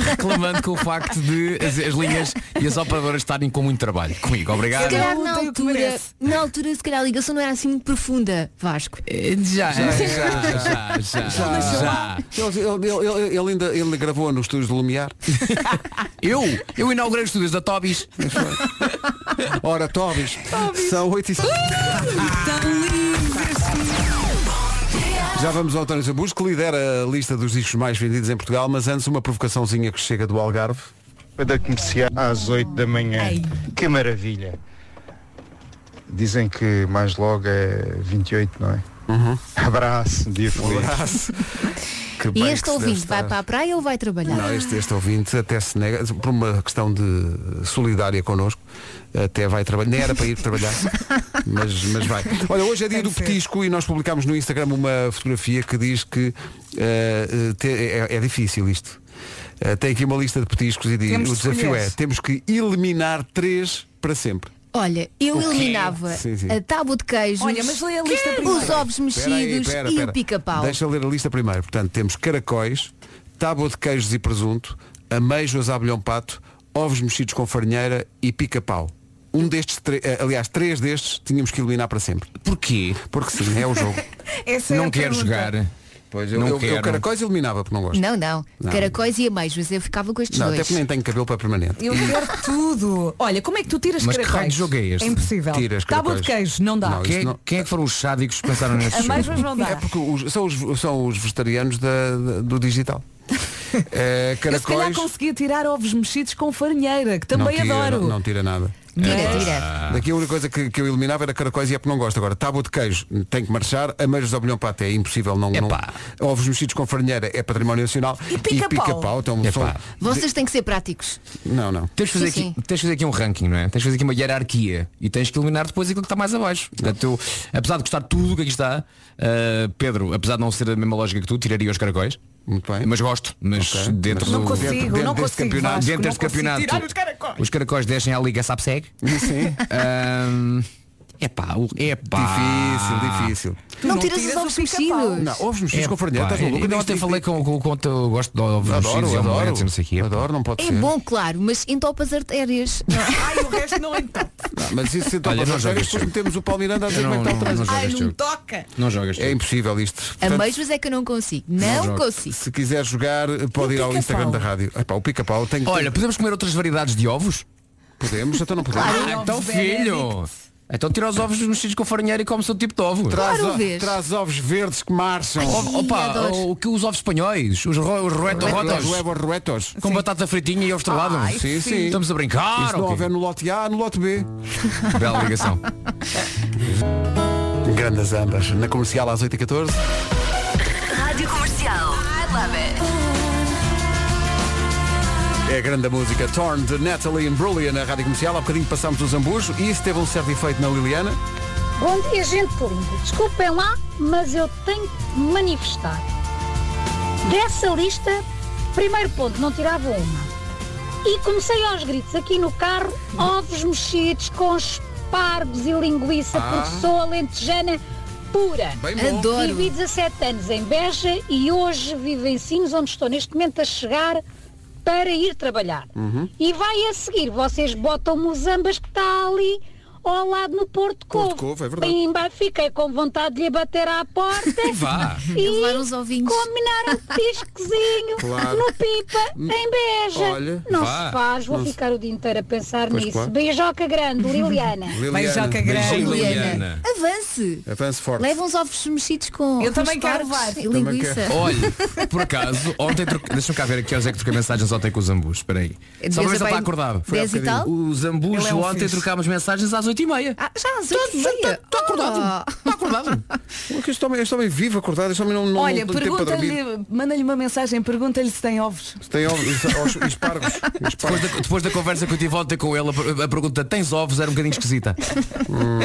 S10: reclamando com o facto de as, as linhas e as operadoras estarem com muito trabalho. Comigo,
S4: Se
S10: obrigado.
S4: calhar na
S1: Cada um tem o que
S4: altura,
S1: merece.
S4: na altura, se calhar a ligação não era assim muito profunda, Vasco.
S1: Eh,
S10: Já, já, já, já, já, já.
S2: Ele, ele- ele- ele ainda ele gravou no estúdio de Lumiar.
S10: Eu, eu inaugurei os estúdios da Tobis.
S2: Ora, Tobis, são 8 e 5. Já vamos ao António Zabus, que lidera a lista dos discos mais vendidos em Portugal, mas antes uma provocaçãozinha que chega do Algarve.
S6: Da comercial às 8 da manhã. Que maravilha. Dizem que mais logo é 28, não é? Abraço, dia feliz.
S2: Uhum. Abraço. Que
S4: E
S2: bem que
S4: este
S2: se deve
S4: ouvinte
S2: estar.
S4: vai para a praia ou vai trabalhar?
S2: Não, este, este ouvinte até se nega, por uma questão de solidária connosco, até vai trabalhar. Nem era para ir trabalhar, mas, mas vai. Olha, hoje é dia do petisco e nós publicámos no Instagram uma fotografia que diz que eh, eh, te- é, é difícil isto. Eh, tem aqui uma lista de petiscos e diz,
S1: Temos
S2: o
S1: de
S2: desafio
S1: escolher.
S2: é, temos que eliminar três para sempre.
S4: Olha, eu eliminava
S2: Sim, sim.
S4: a tábua de queijos,
S1: Olha, mas lê a lista
S4: os
S1: primeiro.
S4: ovos
S2: Espera aí,
S4: mexidos
S2: espera,
S4: e
S2: espera.
S4: o pica-pau.
S2: Deixa eu ler a lista primeiro. Portanto, temos caracóis, tábua de queijos e presunto, ameijos a abelhão pato, ovos mexidos com farinheira e pica-pau. Um destes, tre- eh, aliás, três destes tínhamos que eliminar para sempre.
S10: Porquê?
S2: Porque sim, é o jogo.
S1: Essa é
S10: Não
S1: a
S10: quero
S1: pergunta.
S10: jogar.
S2: Pois eu,
S10: Não
S2: eu,
S10: quero.
S2: eu caracóis eliminava porque não gosto.
S4: Não, não,
S2: Não.
S4: Caracóis e ameijos, eu ficava com estes
S2: Não, até
S4: dois.
S2: porque é nem tenho cabelo para permanente.
S1: Eu quero tudo. Olha, como é que tu tiras
S10: Mas que
S1: caracóis?
S10: raio de jogo é este?
S1: É impossível.
S2: Tiras
S1: Tábua
S2: caracóis.
S1: de queijo, não dá.
S2: Não,
S10: Quem,
S2: Isso não-
S10: quem é que foram os sádicos que pensaram neste jogo?
S1: Ameijos não dá.
S2: É porque os- são, os, são os vegetarianos da- da- do digital. Eh,
S1: Eu se calhar
S2: caracóis.
S1: conseguia tirar ovos mexidos com farinheira, que
S2: não
S1: também
S2: tira,
S1: adoro.
S2: Não, não tira nada. É.
S4: Tira, tira.
S2: Daqui a única coisa que, que eu eliminava era caracóis e é porque não gosto. Agora, tábua de queijo, tem que marchar. Ameijos de abelhão pato é impossível. Não, não.
S10: Epá.
S2: Ovos mexidos com farinheira é património nacional.
S1: E pica-pau?
S2: então,
S10: Epá.
S2: são-
S4: Vocês têm que ser práticos.
S2: Não, não.
S10: Tens de, fazer
S4: Sim,
S10: aqui, tens de fazer aqui um ranking, não é? Tens de fazer aqui uma hierarquia e tens que eliminar depois aquilo que está mais abaixo. Portanto, eu, apesar de gostar de tudo o que aqui está, ah, Pedro, apesar de não ser a mesma lógica que tu, tiraria os caracóis.
S2: Muito bem.
S10: Mas gosto, mas
S2: Ok.
S10: dentro
S1: Não
S10: do
S1: consigo,
S10: dentro,
S1: não
S10: dentro deste
S1: consigo,
S10: campeonato,
S1: Vasco,
S10: dentro
S1: não
S10: deste
S1: consigo tirar
S10: campeonato,
S1: os caracóis.
S10: os caracóis descem à liga Sapseg.
S2: Sim.
S10: É pá, é
S2: Difícil,
S10: Ah.
S2: difícil.
S4: Não,
S1: não
S4: tiras os
S1: tiras
S4: ovos
S1: o pica-pau.
S4: mexidos.
S2: Não, ovos mexidos com farinheira, estás maluco?
S10: Não,
S2: Diz-
S10: ontem
S2: diz-
S10: falei com com- com o que eu gosto de ovos mexidos é um e
S2: Adoro,
S10: omeletes e
S2: adoro.
S10: não sei o quê. epá.
S2: Adoro, não pode
S4: É
S2: ser.
S4: bom, claro, mas entopa as artérias. não é?
S1: Ai, o resto não entope.
S2: Não, Então, mas isso se
S10: Olha,
S2: toca
S10: não
S2: as
S10: jogas
S2: regras, depois
S10: jogo.
S2: metemos o Palmiranda a dizer
S10: Eu
S2: como é que está o
S10: não- não
S2: trânsito.
S10: jogas
S1: Ai, não
S10: jogo.
S1: toca.
S10: Não jogas.
S2: É impossível isto. Portanto,
S4: Ameijos é que eu não consigo. Não,
S10: jogo.
S4: consigo.
S2: se quiser jogar, pode ir ao
S1: pica-pau?
S2: Instagram da rádio. Epá, o pica-pau tem que.
S10: Olha, podemos comer outras variedades de ovos?
S2: podemos, então não podemos.
S10: Ah, então filho! Então tira os ovos mexidos com farinheira e come-se o tipo de ovo.
S2: Traz, o- traz um- ovos verdes que marcham.
S10: Ovo- opa,
S2: adoro.
S10: o que os ovos espanhóis, os, ro, os roetos,
S2: Os huevos rotos.
S10: com batata fritinha e ovos torrados.
S2: Ai, Sim, sim. sim.
S10: Estamos a brincar.
S2: E se não houver no lote A, no lote B.
S10: Bela ligação.
S2: Grandes ambas. Na comercial às 8h14.
S5: Rádio Comercial. I love
S2: É a grande música Torn de Natalie Imbruglia na rádio comercial. Há bocadinho passámos do Zambujo e isso teve um certo efeito na Liliana.
S11: Bom dia, gente linda. Desculpem lá, mas eu tenho que me manifestar. Dessa lista, primeiro ponto, não tirava uma. E comecei aos gritos aqui no carro, ovos mexidos com espargos e linguiça,
S5: Ah.
S11: porque sou alentejana pura.
S5: Bem bom. Adoro.
S11: Vivi 17 anos em Beja e hoje vivo em Sines, onde estou neste momento a chegar para ir trabalhar.
S2: Uhum.
S11: E vai a seguir, vocês botam-me os ambas que está ali ao lado no Porto de Covo.
S2: Covo, é verdade.
S11: Pimba, fiquei com vontade de lhe bater à porta.
S2: Vá.
S11: E combinar um piscozinho
S2: Claro. Hum.
S11: no pipa em Beja.
S2: Olha,
S11: não
S2: vá.
S11: se faz, vou
S2: Não se-
S11: ficar o dia inteiro a pensar
S2: Pois
S11: nisso.
S2: claro.
S11: Beijoca grande, Liliana.
S2: Liliana, Beijoca é grande. beijinho, Liliana.
S4: Avance.
S2: Avance forte.
S4: Leva uns ovos mexidos com
S1: Eu
S4: com
S1: também quero
S4: espargos
S1: levar.
S4: e linguiça.
S10: Olha, por acaso, ontem troquei. Deixa-me cá ver aqui horas é que troquei mensagens ontem com o Zambujo. Espera aí.
S4: É dez
S10: Só para ver se
S4: a
S10: ele está
S4: bem-
S10: acordado.
S4: dez e tal?
S10: O Zambujo
S4: Ele é um
S10: ontem
S4: fixe. Ah,
S10: trocámos mensagens às
S4: já
S10: 8h30.
S4: às
S10: oito e meia?
S4: Estou acordado.
S10: Está acordado.
S2: Este homem, este homem vive acordado, este homem não, não,
S1: Olha,
S2: não tem tempo para dormir.
S1: pergunta-lhe, manda-lhe uma mensagem, pergunta-lhe se tem ovos.
S2: Se Tem ovos, os- os espargos.
S10: Depois da, depois da conversa que eu tive ontem com ele, a per- a pergunta tens ovos era um bocadinho esquisita.
S2: Hum.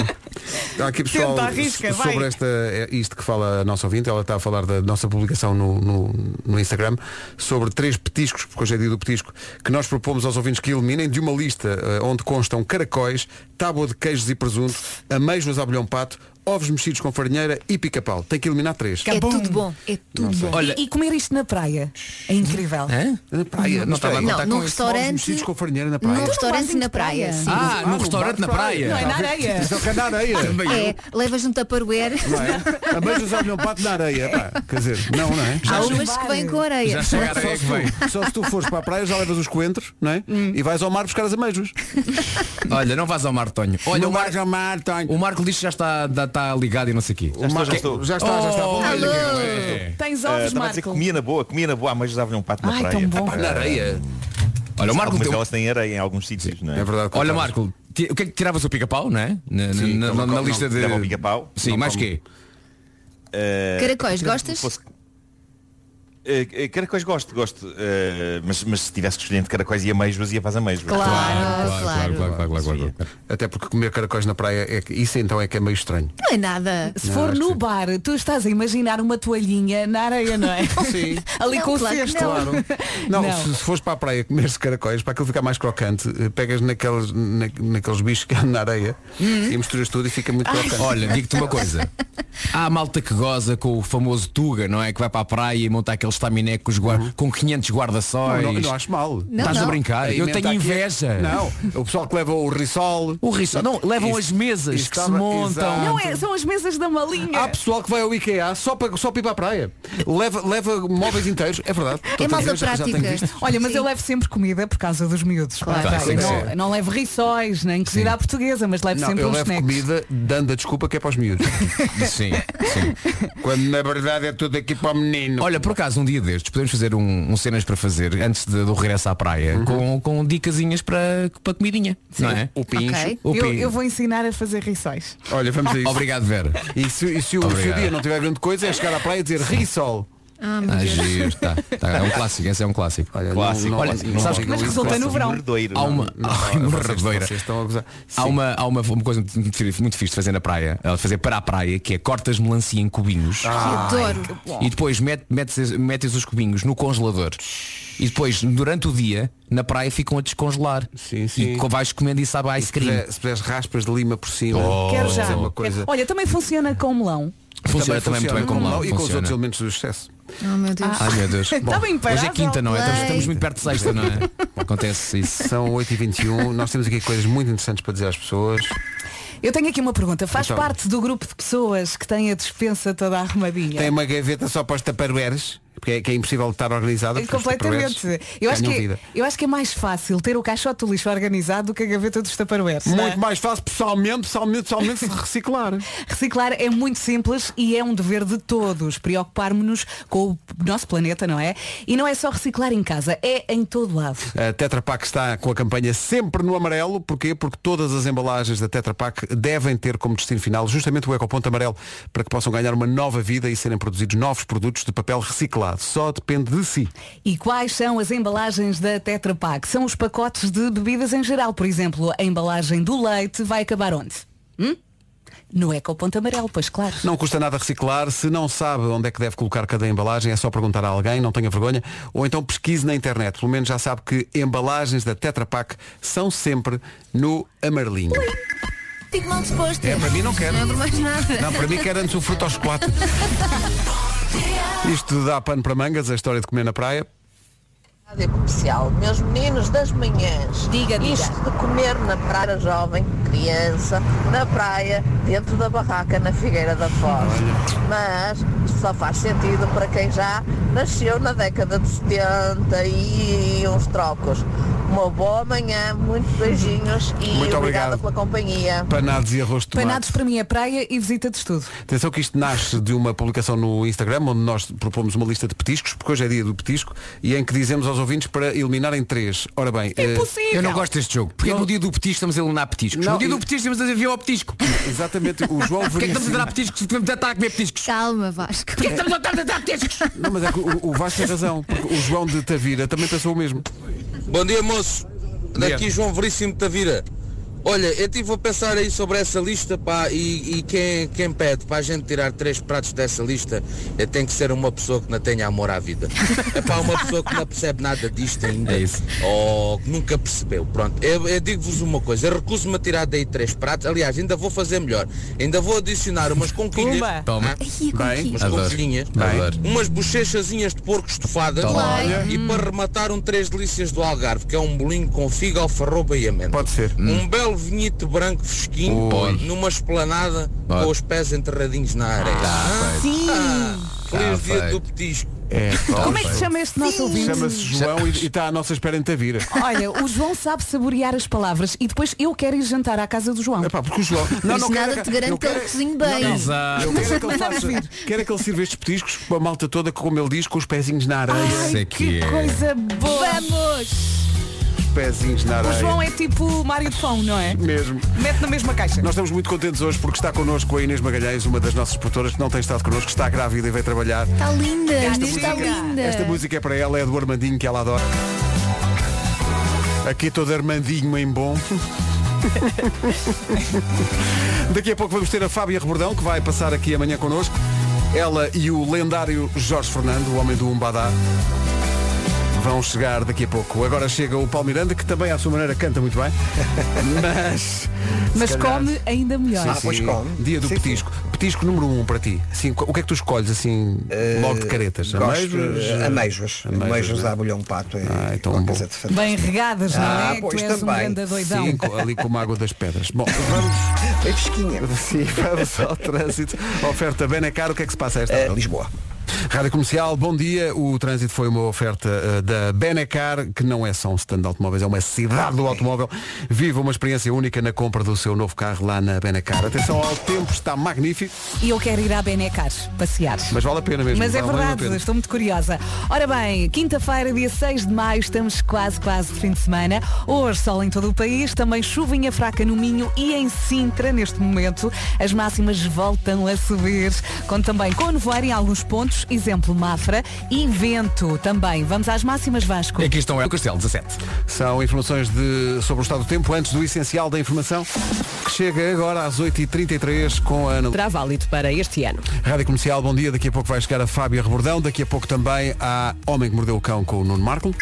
S2: Há aqui pessoal
S10: Tenta, arrisca,
S2: so- sobre
S10: vai.
S2: esta, é isto que fala a nossa ouvinte, ela está a falar da nossa publicação no, no- no Instagram, sobre três petiscos, porque hoje é dia do petisco, que nós propomos aos ouvintes que eliminem de uma lista eh, onde constam caracóis, tábua de queijos e presunto, ameijoas à bolhão pato, ovos mexidos com farinheira e pica-pau. Tem que eliminar três.
S1: É tudo bom, é
S2: Não
S1: tudo
S2: sei.
S1: bom.
S2: Olha-
S1: E, e comer isto na praia é incrível.
S2: Na praia,
S10: Não
S2: mas
S10: estava a
S2: espera
S10: contar Não, com num
S2: aí.
S4: isso. Ovos restaurante-
S2: tá mexidos com farinheira na praia.
S4: Num restaurante na um assim praia. sim. um
S10: Ah, num restaurante na praia.
S2: Não é
S4: Tá
S2: na
S10: areia.
S2: Isto é na areia.
S4: É, levas um taparuer.
S2: Não é? Ameijoas à bolhão pato na areia. Pá. Quer dizer, não, não é?
S4: Há umas que vêm com areia.
S2: Só- só, se tu, só se tu fores para a praia já levas os coentros, não é? E vais ao mar buscar as ameijoas.
S10: Olha, não vás ao mar, Tonho. Olha,
S2: Não
S10: o Marco, o Marco diz que já está, da- está ligado e não sei o quê.
S12: estou, já
S10: Que-
S12: estou.
S10: Já está, já está.
S12: Oh,
S10: Olha,
S12: alô.
S10: que- é.
S1: Tens
S12: Ah,
S1: ovos,
S12: estava a dizer que
S1: Marco.
S12: comia na boa, comia na boa, mas dava-lhe um pato na
S1: Ai,
S12: praia.
S1: tão bom.
S10: Pá, na areia. Olha, o Marco
S12: Algumas
S10: deu-
S12: delas têm areia em alguns sítios, não é?
S10: Olha, Marco, ti- o que é que tiravas o pica-pau, não é? Na,
S12: Sim,
S10: na- na-
S12: como-
S10: na
S12: como-
S10: lista de.
S12: dava o pica-pau.
S10: Sim,
S12: Não
S10: mais
S12: como-
S10: quê?
S12: Eh,
S4: Caracóis,
S12: se
S4: gostas?
S12: fosse- Eh, eh, caracóis gosto, gosto. Eh, mas, mas se tivesse que escolher entre caracóis e ameijoas, ia para as ameijoas.
S4: Claro, Claro, claro, claro.
S2: Até porque comer caracóis na praia, é que- isso então é que é meio estranho.
S4: Não é nada.
S1: Se
S2: Não,
S1: for
S2: acho
S1: no bar, tu estás a imaginar uma toalhinha na areia, não é?
S2: Sim.
S1: Ali
S4: Não,
S1: com
S4: claro
S1: o
S4: que
S1: cesto.
S4: não.
S2: Claro. Não, Se, se fores para a praia comer caracóis, para aquilo ficar mais crocante, eh, pegas naqueles, na, naqueles bichos que há na areia e misturas tudo e fica muito crocante.
S10: Olha, digo-te uma coisa. Há a malta que goza com o famoso Tuga, não é? Que vai para a praia e monta aquele estaminé com, os guar- com 500 guarda-sóis.
S2: Uhum. Não, não, não acho mal.
S10: Não, Estás a não. brincar? Eu
S2: emenda
S10: tenho
S2: aqui-
S10: inveja.
S2: Não, o pessoal que leva o risol.
S10: O risol. Não, levam as mesas que se montam.
S1: Não é, são as mesas da malinha.
S2: Há pessoal que vai ao IKEA só para, só para ir para a praia. Leva, leva móveis inteiros, é verdade. Estou a dizer, já- já tenho visto.
S1: Olha, mas eu levo sempre comida por causa dos miúdos.
S2: Claro.
S1: Pá,
S10: Ah,
S2: Tá,
S1: pá,
S2: tem que
S1: eu não,
S2: ser.
S1: não levo riçóis, nem cozida à portuguesa, mas levo
S2: Não,
S1: sempre um
S2: eu
S1: uns
S2: levo
S1: snacks.
S2: comida dando a desculpa que é para os miúdos.
S10: Sim,
S2: Quando na verdade é tudo aqui para o menino.
S10: Olha, por acaso, um dia destes, podemos fazer um, um cenas para fazer antes de, do regresso à praia, com, com dicasinhas para, para comidinha. Não é?
S2: Uhum. O pincho. Ok.
S10: O
S1: Eu,
S10: pincho.
S1: eu vou ensinar a fazer riçóis.
S2: Olha, vamos a isso.
S10: Obrigado, Vera.
S2: E se, e se o, se o
S10: Obrigado.
S2: dia não tiver grande coisa é chegar à praia e dizer risol.
S1: Ah,
S10: Ah, giro, tá, tá, é um clássico, esse é um clássico. Olha,
S2: Clássico,
S10: olha,
S2: clássico, não
S10: sabes que
S2: digam isso, clássico.
S10: um
S2: Mordoeiro,
S10: Há
S2: não.
S10: uma,
S2: Não,
S10: Ai,
S2: não,
S10: mordoeira.
S2: vocês estão a gozar.
S10: Há
S2: Sim.
S10: uma, há uma, uma coisa muito, fi- muito fixe de fazer na praia, eh, de fazer para a praia, que é cortas melancia em cubinhos.
S5: Ah. Que adoro.
S10: Ai, bom. E depois met- metes, metes os cubinhos no congelador. E depois, durante o dia, na praia ficam a descongelar. E co- vais comendo e sabe a ice cream. Oh.
S2: Se puderes raspas de lima por cima,
S1: Quero já.
S2: é uma coisa.
S1: Olha, também funciona com melão.
S10: Funciona também muito bem com melão,
S2: Hum. E com os
S10: funciona.
S2: outros elementos do excesso.
S1: Oh meu Deus.
S10: Ai meu Deus.
S1: Está Tá bem
S10: hoje é
S1: imparável.
S10: quinta, não é? Estamos,
S1: Play.
S10: estamos muito perto de sexta, não é? Acontece isso.
S2: São 8h21, nós temos aqui coisas muito interessantes para dizer às pessoas.
S1: Eu tenho aqui uma pergunta. Faz
S2: Então.
S1: parte do grupo de pessoas que têm a dispensa toda arrumadinha?
S2: Tem uma gaveta só para os taparueres? porque é, que é impossível estar organizado.
S1: É
S2: porque os
S1: Completamente.
S2: taparoeres
S1: Eu acho,
S2: ganham
S1: que,
S2: vida.
S1: eu acho que é mais fácil ter o caixote do lixo organizado do que a gaveta dos taparoeiros. não é?
S2: Muito mais fácil, pessoalmente, pessoalmente, pessoalmente, se reciclar.
S1: Reciclar é muito simples e é um dever de todos. Preocuparmos-nos com o nosso planeta, não é? E não é só reciclar em casa, é em todo lado.
S2: A Tetra Pak está com a campanha sempre no amarelo. Porquê? Porque todas as embalagens da Tetra Pak devem ter como destino final justamente o ecoponto amarelo para que possam ganhar uma nova vida e serem produzidos novos produtos de papel reciclado. Só depende de si.
S1: E quais são as embalagens da Tetra Pak? São os pacotes de bebidas em geral. Por exemplo, a embalagem do leite vai acabar onde? Hum? No Ecoponto Amarelo, pois claro.
S2: Não custa nada reciclar. Se não sabe onde é que deve colocar cada embalagem, é só perguntar a alguém, não tenha vergonha. Ou então pesquise na internet. Pelo menos já sabe que embalagens da Tetra Pak são sempre no amarelinho.
S4: Fico mal disposto.
S2: É, para mim não quero.
S4: Não é por mais nada.
S2: Não, para mim quero antes o fruto ao chocolate. Isto dá pano para mangas, a história de comer na praia.
S13: Rádio Comercial, meus meninos das manhãs. Diga, diga. Isto de comer na praia, jovem, criança, na praia, dentro da barraca, na Figueira da Foz. Mas isto só faz sentido para quem já nasceu na década de 70 e uns trocos. Uma boa manhã, muitos beijinhos e
S2: Muito
S13: obrigada
S2: obrigado.
S13: pela companhia.
S2: Panados e arroz de tomate.
S1: Panados para mim é praia e visita de estudo.
S2: Atenção que isto nasce de uma publicação no Instagram onde nós propomos uma lista de petiscos, porque hoje é dia do petisco, e em que dizemos aos ouvintes para eliminarem três. Ora bem,
S1: É
S2: eh,
S10: Eu não gosto deste jogo. Porque no dia do petisco estamos a eliminar petiscos.
S2: Não,
S10: no dia
S2: e-
S10: do petisco estamos a enviar ao petisco.
S2: Exatamente, o João
S10: Porquê é que estamos a
S2: Veríssimo-
S10: dar petiscos se podemos estar a comer petiscos?
S4: Calma, Vasco.
S10: Porquê é que estamos a dar a dar petiscos?
S2: Não, mas é que o, o Vasco tem razão, porque o João de Tavira também pensou o mesmo.
S14: Bom dia, moço. Daqui
S2: dia.
S14: João Veríssimo de Tavira. Olha, eu estive a pensar aí sobre essa lista, pá, e, e quem, quem pede para a gente tirar três pratos dessa lista eh, tem que ser uma pessoa que não tenha amor à vida. É para uma pessoa que não percebe nada disto ainda.
S10: É
S14: Ou que nunca percebeu. Pronto, eu, eu digo-vos uma coisa, eu recuso-me a tirar daí três pratos. Aliás, ainda vou fazer melhor. Ainda vou adicionar umas conquilhas.
S10: Pumba. Toma. Ai,
S14: Ah,
S10: a conquilha.
S14: Umas
S10: Adoro.
S14: conquilhinhas.
S10: Adoro.
S14: Umas bochechazinhas de porco estufadas.
S10: Toma. Olha.
S14: E para rematar um três delícias do Algarve, que é um bolinho com figo, alfarroba e amêndoa. Pode
S2: ser.
S14: Um belo vinhito branco fresquinho,
S10: Ui.
S14: numa esplanada,
S10: Pode.
S14: com os pés enterradinhos na areia. Ah,
S1: Sim!
S14: feliz
S10: Tá
S14: dia
S10: feito.
S14: do petisco.
S2: É,
S1: Como é que se chama este nosso ouvinte?
S2: Chama-se João e e está à nossa espera em Tavira.
S1: Olha, o João sabe saborear as palavras e depois eu quero ir jantar à casa do João.
S2: Epá, porque o João. é
S4: Não, não nada te garante que
S2: um
S4: ele cozinhe bem.
S10: Exato.
S2: Eu quero é que ele faça. Quero é que ele sirva estes petiscos com a malta toda, como ele diz, com os pezinhos na areia.
S10: Isso é que é.
S1: Coisa boa. Vamos!
S2: Os pezinhos na
S1: O
S2: areia.
S1: João é tipo o Mário de Fão, não é?
S2: Mesmo.
S1: Mete na mesma caixa.
S2: Nós estamos muito contentes hoje porque está connosco a Inês Magalhães, uma das nossas produtoras que não tem estado connosco, está grávida e veio trabalhar.
S4: Está linda, está
S1: Esta música-
S4: linda.
S2: Esta música é para ela, é do Armandinho que ela adora. Aqui todo Armandinho em bom. Daqui a pouco vamos ter a Fábia Rebordão, que vai passar aqui amanhã connosco. Ela e o lendário Jorge Fernando, o homem do Umbadá, vão chegar daqui a pouco. Agora chega o Paulo Miranda, que também à sua maneira canta muito bem. Mas.
S1: Mas
S2: se calhar-
S1: come ainda melhor.
S2: Sim, Ah, sim. Dia do petisco. Petisco número um para ti. Assim, o que é que tu escolhes assim, logo de caretas?
S3: Gosto, eh,
S2: Ameijoas. né? um
S3: ameijos. Ameijos à bolhão pato. Ah, então bom.
S1: Bem regadas, não
S2: Ah,
S1: é?
S2: pois
S1: tu és um
S2: também.
S1: grande doidão.
S2: Sim, co- ali como água das pedras. Bom, vamos.
S3: É fresquinha.
S2: Sim, vamos ao trânsito. Oferta bem é caro. O que é que se passa a esta? hora?
S3: Lisboa.
S2: Rádio Comercial, bom dia. O trânsito foi uma oferta eh, da Benecar, que não é só um stand de automóveis, é uma cidade do automóvel. Viva uma experiência única na compra do seu novo carro lá na Benecar. Atenção ao tempo, está magnífico,
S1: E eu quero ir à Benecar passear.
S2: mas vale a pena mesmo.
S1: Mas é
S2: vale mesmo a
S1: verdade,
S2: pena.
S1: estou muito curiosa. Ora bem, quinta-feira, dia 6 de maio, estamos quase, quase de fim de semana. Hoje, sol em todo o país, também chuvinha fraca no Minho e em Sintra, neste momento. As máximas voltam a subir, com também com nevoeiro em alguns pontos, exemplo Mafra, e vento também. Vamos às máximas, Vasco.
S10: Aqui estão é o Castelo 17.
S2: São informações de- sobre o estado do tempo, antes do essencial da informação, que chega agora às 8h33 com a Ana.
S7: Será válido para este ano.
S2: Rádio Comercial, bom dia. Daqui a pouco vai chegar a Fábia Rebordão. Daqui a pouco também há Homem que Mordeu o Cão com o Nuno Marco.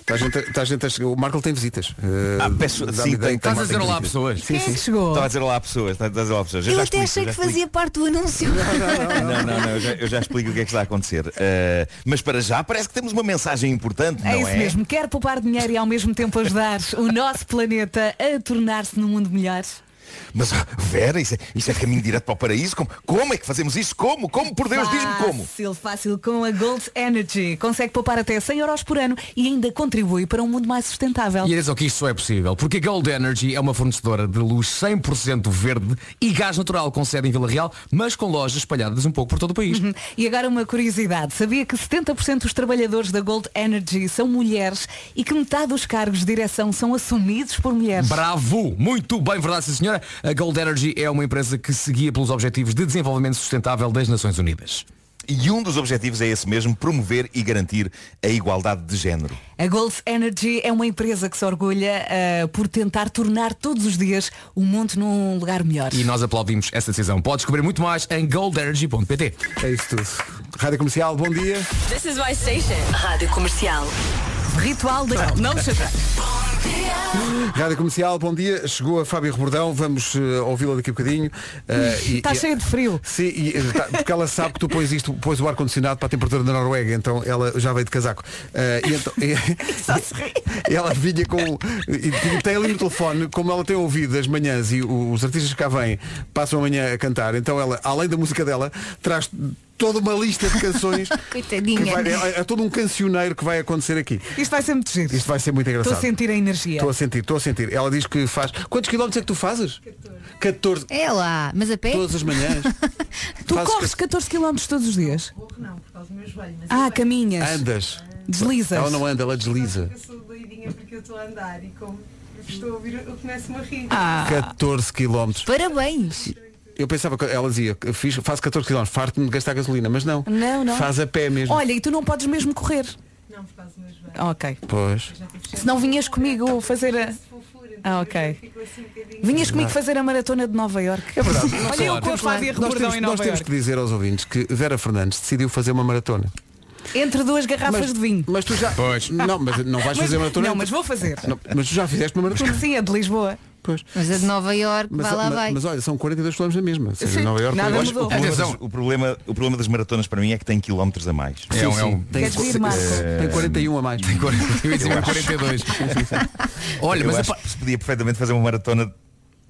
S2: Está a gente, está a gente a chegar- O Marco tem visitas. Eh,
S12: Ah, peço-
S2: dá-me
S12: sim,
S2: ideia
S12: tem-
S2: que tem
S12: estás a dizer
S2: Marco
S12: olá
S2: visitas.
S12: a pessoas?
S2: Sim, sim.
S12: Estava a dizer lá a pessoas, estava a dizer lá a pessoas. Eu
S4: Eu
S12: já
S4: até
S12: explico,
S4: achei
S12: eu já
S4: que
S12: explico.
S4: fazia parte do anúncio.
S12: Não, não, não, eu já, eu já explico o que é que está a acontecer. Eh, mas para já parece que temos uma mensagem importante, não
S1: É
S12: é?
S1: isso mesmo, quer poupar dinheiro e ao mesmo tempo ajudar o nosso planeta a tornar-se num mundo melhor.
S12: Mas, Vera, isso é, isso é caminho direto para o paraíso? Como, como é que fazemos isso? Como? Como? Por Deus, diz-me como.
S1: Fácil, fácil. Com a Gold Energy consegue poupar até 100 euros por ano e ainda contribui para um mundo mais sustentável.
S10: E atenção que isto só é possível, porque a Gold Energy é uma fornecedora de luz 100% verde e gás natural com sede em Vila Real, mas com lojas espalhadas um pouco por todo o
S2: é
S10: país.
S1: Uhum. E agora uma curiosidade. Sabia que 70% dos trabalhadores da Gold Energy são mulheres e que metade dos cargos de direção são assumidos por mulheres?
S10: Bravo! Muito bem, verdade, sim, senhora. A Gold Energy é uma empresa que se guia pelos objetivos de desenvolvimento sustentável das Nações Unidas.
S12: E um dos objetivos é esse mesmo, promover e garantir a igualdade de género.
S1: A Gold Energy é uma empresa que se orgulha ah, por tentar tornar todos os dias o mundo num lugar melhor.
S10: E nós aplaudimos essa decisão. Pode descobrir muito mais em goldenergy.pt.
S2: É isso tudo. Rádio Comercial, bom dia.
S15: This is my station. Rádio Comercial.
S1: Ritual da... Não me chateie.
S2: Rádio Comercial, bom dia. Chegou a Fábio Rebordão, vamos eh, ouvi-la daqui a bocadinho. Eh, e-
S1: Está
S2: e-
S1: cheio tá de frio.
S2: Sim, e, eh, tá, porque ela sabe que tu pões isto, pões o ar-condicionado para a temperatura da Noruega, então ela já veio de casaco. Eh, e então- e- e ela vinha com. E, e tem ali no telefone, como ela tem ouvido as manhãs e o- os artistas que cá vêm passam amanhã a cantar, então ela, além da música dela, traz toda uma lista de canções.
S4: Coitadinha.
S2: que vai- é, é todo um cancioneiro que vai acontecer aqui.
S1: Isto vai ser muito giro.
S2: Isto vai ser muito
S1: Estou
S2: engraçado.
S1: a sentir a energia.
S2: Estou a sentir, estou a sentir. Ela diz que faz. Quantos quilómetros é que tu fazes? 14.
S4: É lá, mas a pé?
S2: Todas as manhãs.
S1: Tu
S2: Fazes
S1: corres 14 km todos os dias? Corro não, por causa do meu joelho. Ah, caminhas.
S2: Andas.
S1: Deslizas.
S2: Ela não anda, ela desliza.
S16: Eu sou doidinha porque eu estou a andar e como estou a ouvir, eu começo-me a rir.
S1: Ah.
S2: 14 quilómetros.
S4: Parabéns.
S2: Eu pensava que ela dizia, fiz, faço 14 quilómetros, farto-me de gastar gasolina, mas não.
S1: Não, não.
S2: Faz a pé Ah, é mesmo.
S1: Olha, e tu não podes mesmo correr. Ok.
S2: Pois.
S1: Se não vinhas comigo fazer a. Ah, ok. Vinhas comigo fazer a maratona de Nova Iorque. É
S2: verdade.
S1: Olha eu com a Fábia
S2: nós
S1: Rebordão
S2: temos,
S1: em
S2: nós
S1: Nova
S2: temos
S1: Iorque.
S2: que dizer aos ouvintes que Vera Fernandes decidiu fazer uma maratona.
S1: Entre duas garrafas de vinho.
S2: Mas tu já. Pois. Não, mas não
S1: Mas-
S2: vais fazer maratona.
S1: não, mas vou fazer.
S2: Não, mas tu já fizeste uma maratona.
S1: Sim, é de Lisboa.
S2: Pois.
S4: Mas a de Nova Iorque,
S2: Mas,
S4: vai lá,
S2: mas-
S4: vai.
S2: mas olha, são 42 quilómetros na mesma. Ou Seja, Nova Iorque,
S12: Eu
S2: é Nova
S12: acho que o,
S2: Iorque.
S12: problema das, o, problema, o problema das maratonas para mim é que tem quilómetros a mais. Eh,
S2: Sim,
S12: é um, é
S2: sim.
S12: um-
S2: Tem
S12: Eu
S2: que ser-
S12: acho-
S2: Tem 41 a mais. Tem
S10: 42.
S12: Olha,
S10: mas
S12: mas
S10: a
S12: acho que se podia perfeitamente fazer uma maratona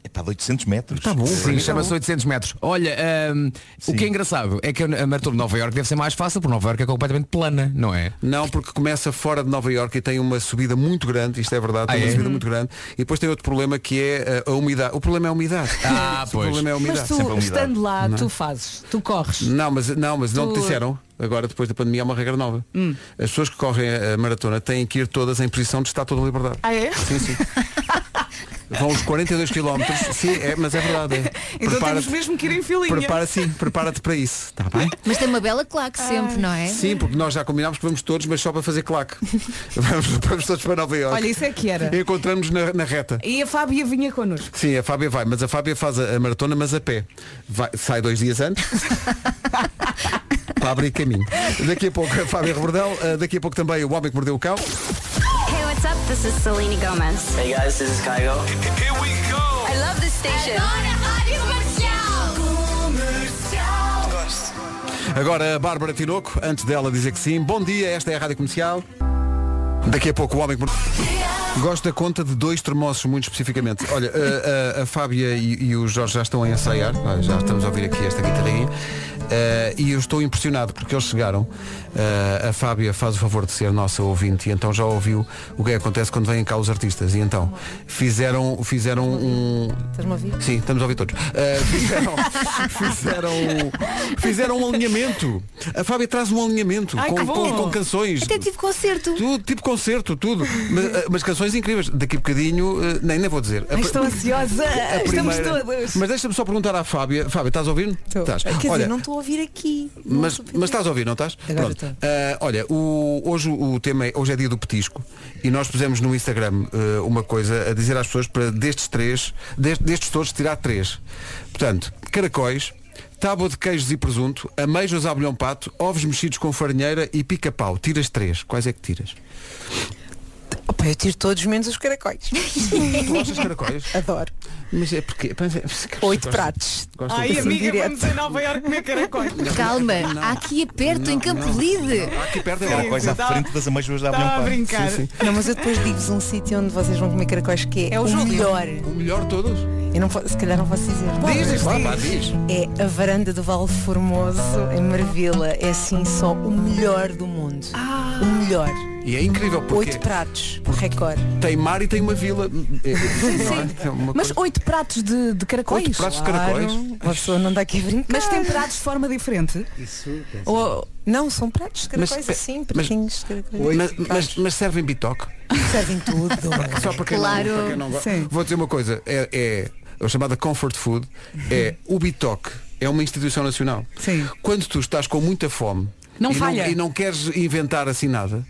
S12: epá, de 800 metros. Está bom,
S10: Tá Sim, chama-se 800 metros. Olha, hum, o que é engraçado é que a maratona de Nova Iorque deve ser mais fácil, porque Nova Iorque é completamente plana, não é?
S2: Não, porque começa fora de Nova Iorque e tem uma subida muito grande, isto é verdade, tem
S10: Ah,
S2: uma
S10: é?
S2: subida
S10: Hum.
S2: muito grande. E depois tem outro problema que é uh, a umidade. O problema é a umidade.
S10: Ah,
S2: o
S10: pois.
S2: problema é a umidade.
S1: Mas tu, estando lá,
S2: Não. é?
S1: tu fazes, tu corres.
S2: Não, mas não, mas não
S1: Tu-
S2: te disseram. Agora, depois da pandemia, há uma regra nova.
S1: Hum.
S2: As pessoas que correm a maratona têm que ir todas em posição de estátua da liberdade.
S1: Ah, é?
S2: Sim, sim. Vão os 42 km. Sim, é, mas é verdade. É.
S1: Então temos mesmo que ir em filinha.
S2: Prepara, sim, prepara-te para isso. Está bem?
S4: Mas tem uma bela claque sempre, não é?
S2: Sim, porque nós já combinámos que vamos todos, mas só para fazer claque. vamos, vamos todos para Nova Iorque.
S1: Olha, isso é que era.
S2: Encontramos na, na reta.
S1: E a Fábia vinha connosco.
S2: Sim, a Fábia vai, mas a Fábia faz a, a maratona, mas a pé. Vai- sai dois dias antes. para abrir caminho. Daqui a pouco a Fábia Rebordão, eh, daqui a pouco também o Homem que Mordeu o Cão.
S5: Hey, what's up? This is Selena Gomez.
S17: Hey guys, this is Kygo.
S5: I love this station.
S2: Agora a Bárbara Tinoco, antes dela dizer que sim. Bom dia, esta é a Rádio Comercial. Daqui a pouco o Homem que Mordeu... Gosto da conta de dois termossos, muito especificamente. Olha, a, a- a Fábia e, e o Jorge já estão a ensaiar, Ah, já estamos a ouvir aqui esta guitarrinha, Ah, e eu estou impressionado porque eles chegaram. Ah, a Fábia faz o favor de ser nossa ouvinte e então já ouviu o que é que acontece quando vêm cá os artistas. E então, fizeram, fizeram um.
S7: Estás-me a ouvir?
S2: Sim, estamos a ouvir todos. Ah, fizeram, fizeram, fizeram um alinhamento. A Fábia traz um alinhamento
S4: Ai,
S2: com,
S4: que bom.
S2: com- com canções.
S4: Até tive concerto.
S2: Tudo, tipo concerto, tudo. Mas, eh, mas canções incríveis. Daqui a bocadinho, eh, nem, nem vou dizer. A
S1: Ai,
S2: pri-
S1: estou ansiosa.
S2: a
S1: Estamos
S2: primeira-
S1: todas.
S2: Mas deixa-me só perguntar à Fábia. Fábia, estás a ouvir? Estás.
S7: Quer
S2: Olha,
S7: dizer, não estou a ouvir aqui. Não
S2: mas,
S7: estou a
S2: mas estás a ouvir, não estás?
S7: Agora
S2: Pronto.
S7: estou.
S2: Ah, olha, o- hoje o tema é, hoje é dia do petisco e nós pusemos no Instagram eh, uma coisa a dizer às pessoas para destes três, des- destes todos tirar três. Portanto, caracóis, tábua de queijos e presunto, ameijos à bolhão pato, ovos mexidos com farinheira e pica-pau. Tiras três. Quais é que tiras?
S16: Opa, eu tiro todos menos os caracóis.
S2: Tu gostas de caracóis?
S16: Adoro.
S2: Mas é porque.
S16: Oito pratos.
S2: gosto
S1: Ai,
S2: de-
S1: amiga,
S16: direto.
S1: vamos a Nova Iorque comer caracóis.
S4: Calma, há aqui aperto em Campo Lide.
S2: Aqui perto
S12: Era a coisa à
S16: Tá-
S12: frente das amêijoas da
S16: tá
S12: Abrão
S16: a
S12: Pá.
S17: um
S16: brincar. Não, mas eu depois digo-vos um sítio onde vocês vão comer caracóis que é,
S1: É o
S16: o
S1: Júlio.
S16: melhor.
S2: O melhor de todos?
S17: Eu não, po- se calhar não posso dizer.
S2: Diz, diz, Vá, vá, diz.
S17: É a varanda do Vale Formoso, em Marvila. É assim só o melhor do mundo.
S16: Ah.
S17: O melhor.
S2: E é incrível porque
S17: Oito pratos, recorde.
S2: tem mar e tem uma vila.
S17: Sim,
S2: Não
S17: sim.
S2: É? É uma
S1: Mas
S2: coisa-
S1: oito pratos de, de caracóis.
S2: Oito pratos de caracóis.
S17: Uma pessoa não dá aqui a brincar.
S1: Mas temperados de forma diferente.
S17: Isso.
S1: é
S17: Ou, não, são pratos de
S2: Mas-
S17: caracóis
S1: eh,
S17: assim,
S2: mas-
S17: pratinhos de caracóis.
S2: Mas, mas, mas servem bitoque?
S17: Servem tudo.
S2: Só para quem
S17: assim, Claro.
S2: não, para quem não gosta.
S17: Sim.
S2: Vou dizer uma coisa, é, é a chamada comfort food, é o Bitoque, é uma instituição nacional. Quando tu estás com muita fome
S1: Não
S2: e,
S1: falha.
S2: e não queres inventar assim nada.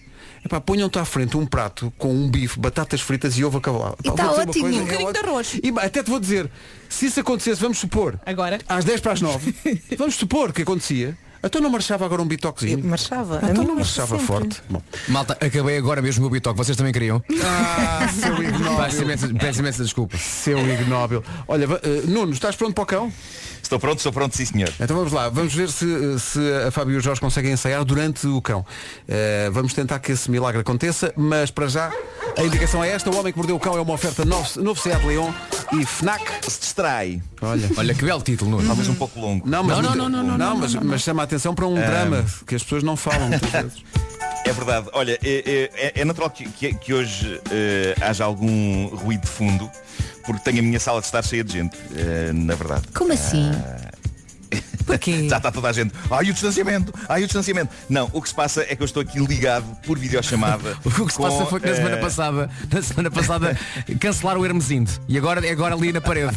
S2: Epá, ponham-te à frente um prato com um bife, batatas fritas e ovo acabado.
S1: E tá ótimo. Um
S2: é
S1: bocadinho de arroz.
S2: E, até te vou dizer, se isso acontecesse, vamos supor,
S1: Agora.
S2: às 10 para as 9, vamos supor que acontecia, então não marchava agora um bitoquezinho.
S17: Marchava.
S2: Então não marchava forte.
S10: Malta, acabei agora mesmo o meu bitoque. Vocês também queriam?
S2: Ah, seu ignóbil.
S10: Peço imensa- peço imensa desculpa.
S2: Seu ignóbil. Olha, va- eh, Nuno, estás pronto para o cão?
S12: Estou pronto, estou pronto, sim senhor.
S2: Então vamos lá, vamos ver se, eh, se a Fábio e o Jorge conseguem ensaiar durante o cão. Eh, vamos tentar que esse milagre aconteça, mas para já a indicação é esta, o Homem que Mordeu o Cão é uma oferta novo, novo Seat Leon e FNAC.
S12: Se distrai.
S2: Olha,
S10: Olha que belo título, Nuno.
S12: Talvez um pouco longo.
S2: Não, mas,
S12: Não,
S2: muito-
S12: não, não, não, não,
S2: mas,
S12: não, não.
S2: mas chama a atenção para um
S12: Ah.
S2: drama que as pessoas não falam muitas vezes.
S12: É verdade. Olha, é, é- é- é natural que, que- que hoje eh, haja algum ruído de fundo, porque tenho a minha sala de estar cheia de gente, eh, na verdade.
S4: Como assim?
S12: Já está toda a gente. Ai o distanciamento, ai o distanciamento. Não, o que se passa é que eu estou aqui ligado por videochamada.
S10: O que se passa foi
S12: eh,
S10: que na semana passada, na semana passada cancelaram o Hermesinde e agora é agora ali na parede.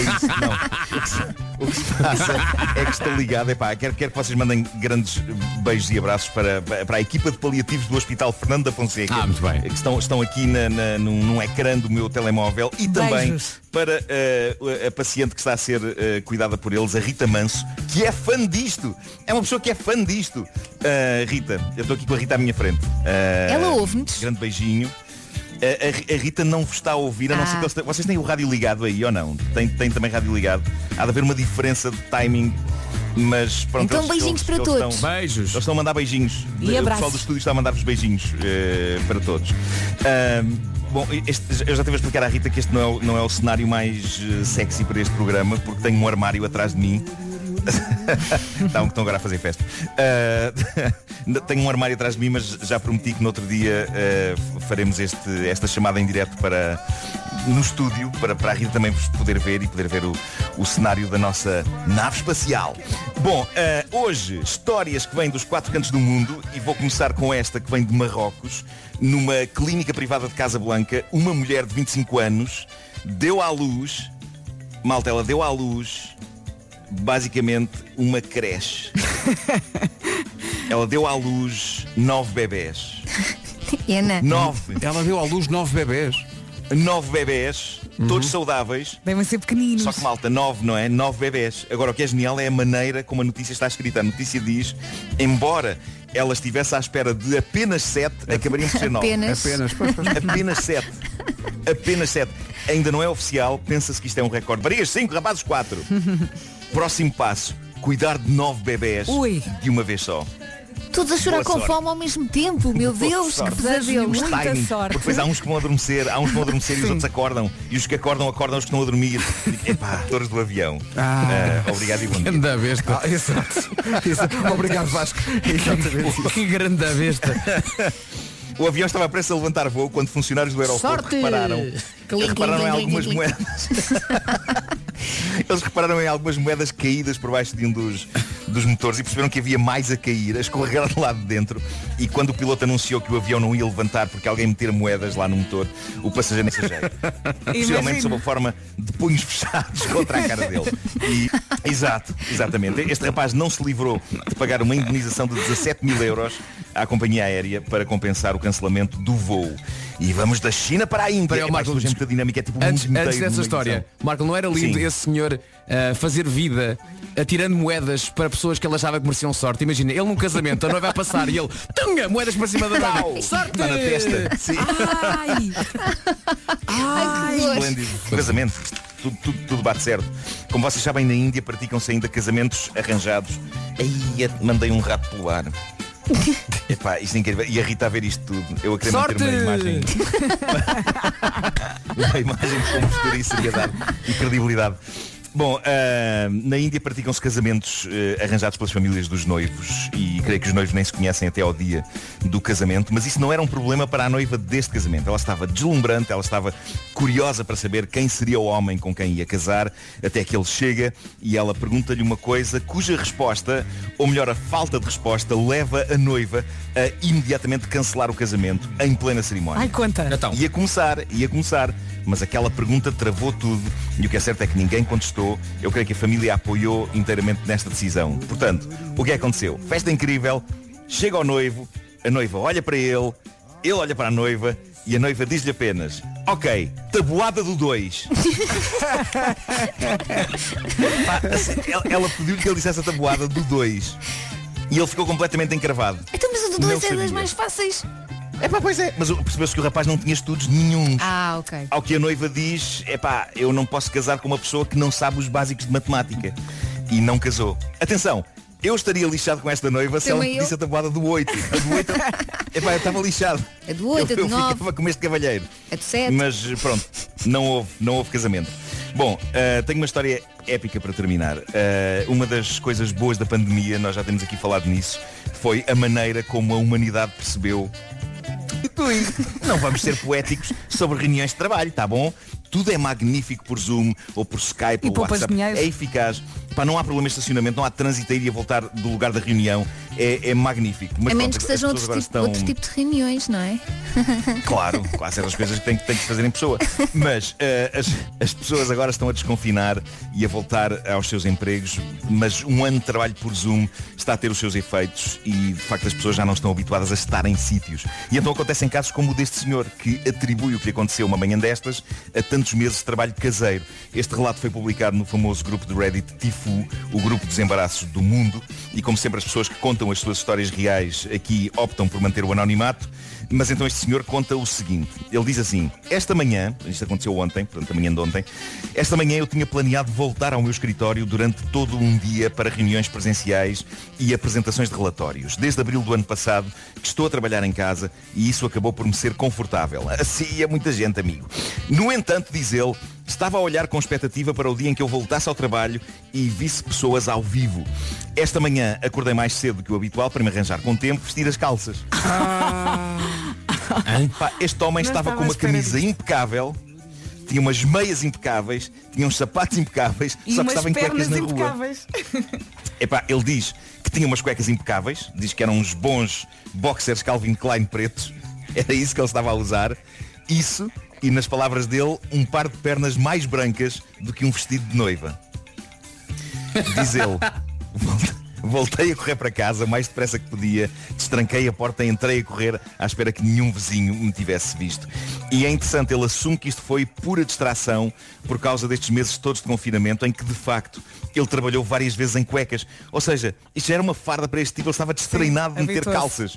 S12: isso, não. O que se- O que se passa é que estou ligado. Epá, quero, quero que vocês mandem grandes beijos e abraços para, para a equipa de paliativos do Hospital Fernando da Fonseca.
S10: Ah, muito bem.
S12: Que estão, estão aqui na, na- num, num ecrã do meu telemóvel e também
S10: Beijos.
S12: para eh, a paciente que está a ser eh, cuidada por eles, a Rita Manso, que é fã disto. É uma pessoa que é fã disto. Ah, Rita, eu estou aqui com a Rita à minha frente. Ah,
S4: Ela ouve-nos?
S12: Grande beijinho. A, a- a Rita não vos está a ouvir, a não
S4: Ah.
S12: ser que eles te- vocês têm o rádio ligado aí ou não? Tem, tem também rádio ligado. Há de haver uma diferença de timing, mas pronto.
S4: Então,
S12: eles-
S4: beijinhos
S12: eles-
S4: para
S12: eles
S4: todos.
S12: Estão, beijos. Eles estão a mandar beijinhos.
S4: E
S12: o pessoal
S4: abraços.
S12: do estúdio está a mandar-vos beijinhos eh, para todos. Ahm, bom, este- eu já tive a explicar à Rita que este não é, o- não é o cenário mais eh, sexy para este programa, porque tenho um armário atrás de mim. Estão, estão agora a fazer festa. Ah, tenho um armário atrás de mim, mas já prometi que no outro dia ah, faremos este- esta chamada em direto para, no estúdio, para, para a Rita também vos poder ver e poder ver o, o cenário da nossa nave espacial. Bom, ah, hoje, histórias que vêm dos quatro cantos do mundo e vou começar com esta que vem de Marrocos. Numa clínica privada de Casablanca, uma mulher de 25 anos deu à luz, malta, ela deu à luz basicamente uma creche. Ela deu à luz nove bebés.
S4: Ana.
S12: Nove.
S2: Ela deu à luz nove Uhum. bebés.
S12: Nove bebés, todos saudáveis.
S1: Devem ser pequeninos.
S12: Só que malta, nove, não é? Nove bebés. Agora, o que é genial é a maneira como a notícia está escrita. A notícia diz, embora ela estivesse à espera de apenas sete, acabariam por ser nove.
S2: Apenas. Apenas, pois, pois.
S12: Apenas sete. Apenas sete. Ainda não é oficial, pensa-se que isto é um recorde. Marias, cinco, rapazes, quatro. Próximo passo, cuidar de nove bebés
S4: Ui.
S12: de uma vez só.
S4: Todos a chorar
S12: Boa
S4: com
S12: sorte.
S4: fome ao mesmo tempo. Meu
S12: Boa
S4: Deus, que
S12: sorte.
S4: pesadelo.
S12: Os timings, Porque depois há uns que vão adormecer, há uns que vão adormecer e os outros acordam. E os que acordam, acordam os que estão a dormir. Epá, atores do avião. Ah, obrigado e bom dia.
S10: Grande besta.
S12: Ah,
S2: exato. Obrigado, Vasco.
S10: que grande besta.
S12: O avião estava prestes a levantar voo quando funcionários do aeroporto
S10: Sorte!
S12: repararam.
S10: Clim,
S12: Eles repararam
S10: clim,
S12: em
S10: clim,
S12: algumas
S10: clim, clim.
S12: moedas. Eles repararam em algumas moedas caídas por baixo de um dos, dos motores e perceberam que havia mais a cair, a escorregar do lado de dentro. E quando o piloto anunciou que o avião não ia levantar porque alguém meter moedas lá no motor, o passageiro nem se ajeita. Possivelmente sob a forma de punhos fechados contra a cara dele. E- exato, exatamente. Este rapaz não se livrou de pagar uma indenização de 17 mil euros à companhia aérea para compensar o cancelamento do voo. E vamos da China para a Índia.
S10: Peraí, ó,
S12: É mais
S10: Marcos,
S12: gente que a dinâmica é tipo o
S10: Antes,
S12: mundo
S10: antes
S12: inteiro
S10: dessa
S12: numa
S10: história,
S12: edição.
S10: Marco, não era lindo
S12: Sim.
S10: esse senhor ah, fazer vida atirando moedas para pessoas que ele achava que mereciam sorte? Imagina, ele num casamento, a noiva a passar e ele, tunga, moedas para cima da
S12: Pau!
S10: noiva. Sorte!
S12: Está na testa. Sim.
S4: Ai, que gosto.
S12: Esplêndido. O Casamento. Tudo, tudo- tudo bate certo. Como vocês sabem, na Índia praticam-se ainda casamentos arranjados. Aí mandei um rato pelo ar. Epá, isto é incrível. E a Rita a ver isto tudo. Eu a querer
S10: Sorte!
S12: manter uma imagem. uma imagem de compostura e seriedade e credibilidade. Bom, ah, na Índia praticam-se casamentos eh, arranjados pelas famílias dos noivos e creio que os noivos nem se conhecem até ao dia do casamento, mas isso não era um problema para a noiva deste casamento. Ela estava deslumbrante, ela estava curiosa para saber quem seria o homem com quem ia casar, até que ele chega e ela pergunta-lhe uma coisa cuja resposta, ou melhor, a falta de resposta, leva a noiva a imediatamente cancelar o casamento em plena cerimónia.
S1: Ai, conta.
S12: Ia começar, ia começar. Mas aquela pergunta travou tudo e o que é certo é que ninguém contestou. Eu creio que a família a apoiou inteiramente nesta decisão. Portanto, o que é que aconteceu? Festa incrível, chega ao noivo, a noiva olha para ele, ele olha para a noiva e a noiva diz-lhe apenas Ok, tabuada do 2. assim, ela ela pediu-lhe que ele dissesse a tabuada do 2. E ele ficou completamente encravado.
S4: Então, mas o
S12: Não
S4: Dudu é das
S12: sabia.
S4: mais fáceis.
S12: É pá, pois é. Mas percebeu-se que o rapaz não tinha estudos nenhum.
S4: Ah, ok.
S12: Ao que a noiva diz, epá, eu não posso casar com uma pessoa que não sabe os básicos de matemática. E não casou. Atenção, eu estaria lixado com esta noiva se ela
S4: Também
S12: me
S4: eu.
S12: pedisse a tabuada do 8. A do 8, epá, eu estava lixado.
S4: A do 8, a
S12: eu,
S4: do
S12: eu
S4: 9,
S12: ficava com este cavalheiro.
S4: a do 7.
S12: Mas pronto, não houve, não houve casamento. Bom, ah, tenho uma história épica para terminar. Ah, uma das coisas boas da pandemia, nós já temos aqui falado nisso, foi a maneira como a humanidade percebeu e tu, hein? não vamos ser poéticos sobre reuniões de trabalho, tá bom? Tudo é magnífico por Zoom ou por Skype
S1: E
S12: ou
S1: poupas
S12: WhatsApp.
S1: dinheiro.
S12: É eficaz. Pá, não há problema de estacionamento, não há trânsito a ir e a voltar do lugar da reunião. É, é magnífico.
S4: a menos
S12: pronto,
S4: que
S12: as
S4: sejam
S12: pessoas
S4: outro tipo,
S12: agora
S4: outro tipo de reuniões, não é?
S12: Claro, claro, há certas coisas que tem, que tem que se fazer em pessoa. Mas eh, as, as pessoas agora estão a desconfinar e a voltar aos seus empregos, mas um ano de trabalho por Zoom está a ter os seus efeitos e de facto as pessoas já não estão habituadas a estar em sítios. E então acontecem casos como o deste senhor, que atribui o que aconteceu uma manhã destas a tantos meses de trabalho caseiro. Este relato foi publicado no famoso grupo de Reddit Tifu, o grupo dos embaraços do mundo, e como sempre as pessoas que contam as suas histórias reais aqui optam por manter o anonimato. Mas então este senhor conta o seguinte. Ele diz assim, esta manhã, isto aconteceu ontem, portanto amanhã de ontem, esta manhã eu tinha planeado voltar ao meu escritório durante todo um dia para reuniões presenciais e apresentações de relatórios. Desde abril do ano passado que estou a trabalhar em casa e isso acabou por me ser confortável. Assim é muita gente, amigo. No entanto, diz ele, estava a olhar com expectativa para o dia em que eu voltasse ao trabalho e visse pessoas ao vivo. Esta manhã acordei mais cedo do que o habitual para me arranjar com tempo, vestir as calças. Pá, este homem
S18: Não
S12: estava
S18: estava
S12: com
S18: à
S12: uma
S18: espera
S12: camisa impecável, tinha umas meias impecáveis, tinha uns sapatos impecáveis,
S1: E
S12: só que
S1: umas
S12: estava em cuecas
S1: pernas
S12: na rua.
S1: impecáveis.
S12: Epá, ele diz que tinha umas cuecas impecáveis, diz que eram uns bons boxers Calvin Klein pretos, era isso que ele estava a usar. Isso, e nas palavras dele, um par de pernas mais brancas do que um vestido de noiva. Diz ele, "Volta- voltei a correr para casa o mais depressa que podia, destranquei a porta, entrei a correr à espera que nenhum vizinho me tivesse visto. E é interessante, ele assume que isto foi pura distração por causa destes meses todos de confinamento em que de facto ele trabalhou várias vezes em cuecas. Ou seja, isto já era uma farda para este tipo, ele estava destreinado de meter
S18: habituou-se.
S12: calças.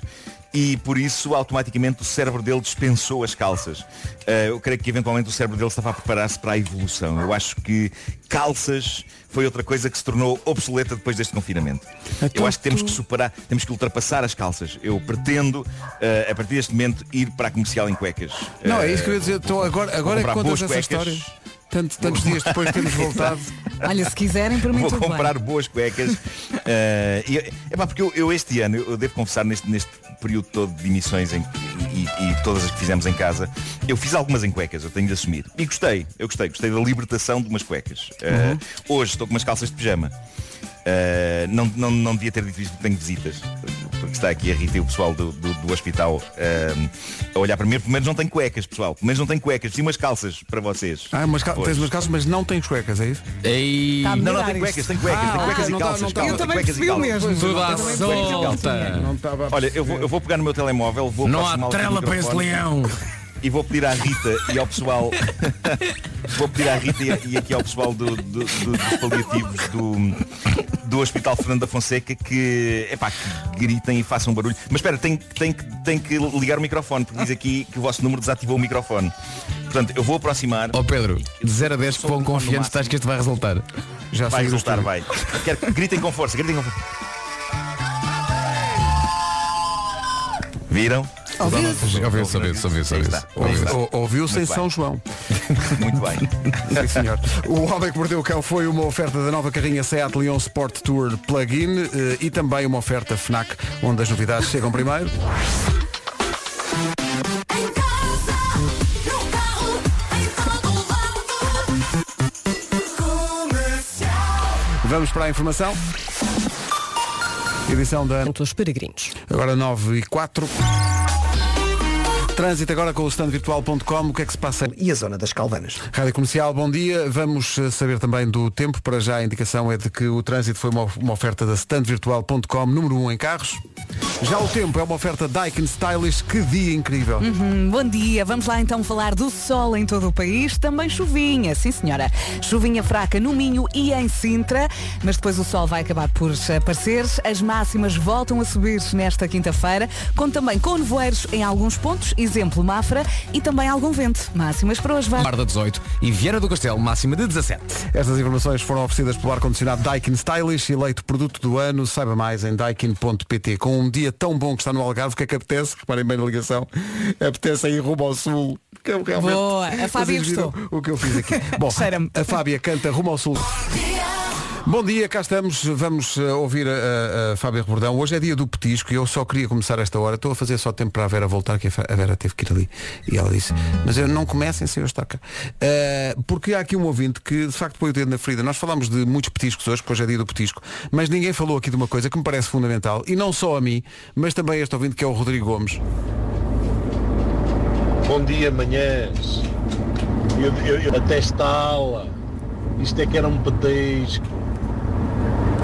S12: E por isso automaticamente o cérebro dele dispensou as calças. Eh, eu creio que eventualmente o cérebro dele estava a preparar-se para a evolução. Eu acho que calças foi outra coisa que se tornou obsoleta depois deste confinamento.
S2: Então
S12: eu acho que temos que superar, temos que ultrapassar as calças. Eu pretendo, eh, a partir deste momento, ir para a comercial em cuecas.
S2: Não, é
S12: Eh,
S2: isso que eu ia dizer. Então agora,
S12: vou
S2: agora é que
S12: comprar
S2: contas
S12: boas
S2: essa
S12: cuecas.
S2: história. Tanto- tantos dias depois de termos voltado.
S1: Olha, se quiserem, por mim
S12: Vou
S1: tudo bem.
S12: comprar boas cuecas. Eh, e- é pá, porque eu, eu este ano, eu devo confessar, neste, neste período todo de emissões em- e, e todas as que fizemos em casa, eu fiz algumas em cuecas, eu tenho de assumir. E gostei, eu gostei, gostei da libertação de umas cuecas. Eh,
S18: Uhum.
S12: Hoje estou com umas calças de pijama. Eh, não, não, não devia ter dito isto porque tenho visitas. Porque está aqui a Rita e o pessoal do, do, do hospital eh, a olhar para mim. Pelo menos não tenho cuecas, pessoal. Pelo menos não tenho cuecas. Sim, umas calças para vocês.
S2: Ah, umas cal-
S12: Hoje.
S2: tens umas calças, mas não tens cuecas, é isso?
S12: Tá Ah, a Não, não, mirar tem cuecas, isto. tem cuecas, tem
S2: ok,
S12: cuecas e
S2: não tá-
S12: calças,
S2: não tá-
S12: calma, Eu tem também cuecas e percebi o calças. mesmo.
S2: Pois, eu
S12: Tudo
S2: não
S12: à
S2: tava a perceber que eu
S12: solta.
S2: tinha. Não tava a
S12: Olha, eu vou,
S2: perceber.
S12: eu vou pegar no meu telemóvel, vou
S10: Não há
S12: aproximá-lo aqui do
S10: trela para esse
S12: microfone
S10: leão.
S12: E vou pedir à Rita e ao pessoal. vou pedir à Rita e, e aqui ao pessoal do, do- do- dos paliativos do, do Hospital Fernando da Fonseca que, epá, que gritem e façam barulho. Mas espera, tem, tem, que- tem que ligar o microfone, porque diz aqui que o vosso número desativou o microfone. Portanto, eu vou aproximar. um
S10: Ó Pedro, de 0 a 10, quão confiante estás que este vai resultar? Já
S12: vai resultar, vai. Quero- gritem com força, gritem com força. Viram?
S2: Ouviu-se.
S10: Ouviu-se, ouviu-se, ouviu-se,
S12: Aí
S10: ouviu-se.
S12: está.
S2: Ouviu-se.
S12: Aí está.
S2: Ouviu-se em
S12: Muito bem.
S2: São João.
S12: Muito bem.
S2: Sim, senhor. O Homem que Mordeu o Cão foi uma oferta da nova carrinha Seat Leon Sport Tour Plug-in eh, e também uma oferta FNAC, onde as novidades chegam primeiro. Vamos para a informação. Edição da...
S7: Os peregrinos.
S2: Agora 9 e 4. Trânsito agora com o standvirtual.com. O que é que se passa?
S3: E a zona das Calvanas.
S2: Rádio Comercial, bom dia. Vamos eh, saber também do tempo. Para já a indicação é de que o trânsito foi uma, of- uma oferta da standvirtual.com, número 1 em carros. Já o tempo é uma oferta Daikin Stylish. Que dia incrível.
S1: Uhum, bom dia, vamos lá então falar do sol em todo o país, também chuvinha, sim senhora. Chuvinha fraca no Minho e em Sintra, mas depois o sol vai acabar por aparecer. As máximas voltam a subir nesta quinta-feira, com também com nevoeiros em alguns pontos, exemplo Mafra, e também algum vento. Máximas para hoje, vá.
S10: Guarda 18 e Vieira do Castelo, máxima de 17.
S2: Estas informações foram oferecidas pelo ar-condicionado Daikin Stylish, eleito produto do ano. Saiba mais em daikin.pt. Com um dia tão bom que está no Algarve, o que é que apetece? Reparem bem na ligação. Apetece aí rumo ao sul. Que eu realmente...
S1: Boa, a Fábia
S2: Vocês viram
S1: gostou.
S2: O que eu fiz aqui. Bom, a Fábia canta rumo ao sul. Bom dia, cá estamos. Vamos eh, ouvir a, a- a Fábia Rebordão. Hoje é dia do petisco e eu só queria começar esta hora. Estou a fazer só tempo para a Vera voltar, que a Fa- a Vera teve que ir ali. E ela disse, mas eu não comecem sem eu estar cá. Eh, porque há aqui um ouvinte que de facto põe o dedo na ferida. Nós falámos de muitos petiscos hoje, porque hoje é dia do petisco, mas ninguém falou aqui de uma coisa que me parece fundamental, e não só a mim, mas também a este ouvinte que é o Rodrigo Gomes.
S18: Bom dia, manhãs. Eu, eu, eu até estala. Isto é que era um petisco.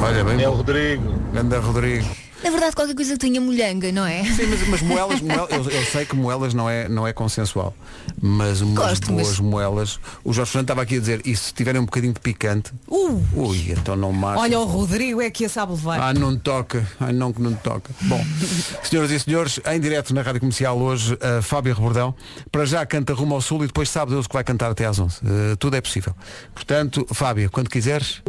S2: Olha bem.
S18: É o Rodrigo.
S2: Anda Rodrigo.
S4: Na verdade, qualquer coisa que tenha molhanga, não é?
S2: Sim, mas, mas moelas, moel- eu, eu sei que moelas não é, não é consensual, mas umas
S4: Gosto,
S2: boas
S4: mas-
S2: moelas. O Jorge Fernando estava aqui a dizer, e se tiverem um bocadinho de picante,
S1: Uh,
S2: ui, então não marcha.
S1: olha o Rodrigo é que a sabe levar.
S2: Ah, não toca, ah, não que não toca. Bom, senhoras e senhores, em direto na Rádio Comercial hoje, a Fábia Rebordão, para já canta rumo ao sul e depois sabe Deus que vai cantar até às 11. Eh, tudo é possível. Portanto, Fábia, quando quiseres.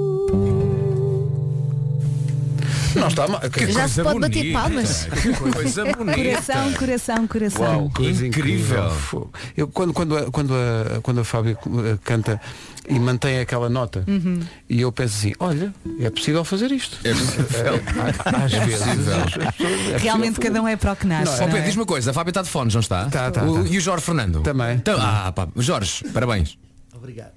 S2: Não está mal. que
S10: é
S4: Já
S2: coisa
S4: se pode
S2: bonita.
S4: bater palmas.
S2: Que coisa
S1: Coração, coração, coração.
S2: Uau, coisa incrível. Fogo. Eu, quando, quando, a, quando, a, quando a Fábio eh, canta e mantém aquela nota,
S1: Uhum.
S2: e eu penso assim, olha, é possível fazer isto.
S10: É possível.
S2: É, Às vezes. as pessoas- é possível
S1: Realmente
S2: fazer.
S1: cada um é para o que nasce.
S10: Ó
S1: não
S10: Pedro,
S1: é?
S10: diz-me uma coisa, a Fábio está de fones, não está?
S2: Tá, tá,
S10: O-
S2: tá.
S10: E o Jorge Fernando?
S2: Também.
S10: Então, ah, pá, Jorge, parabéns. Obrigado.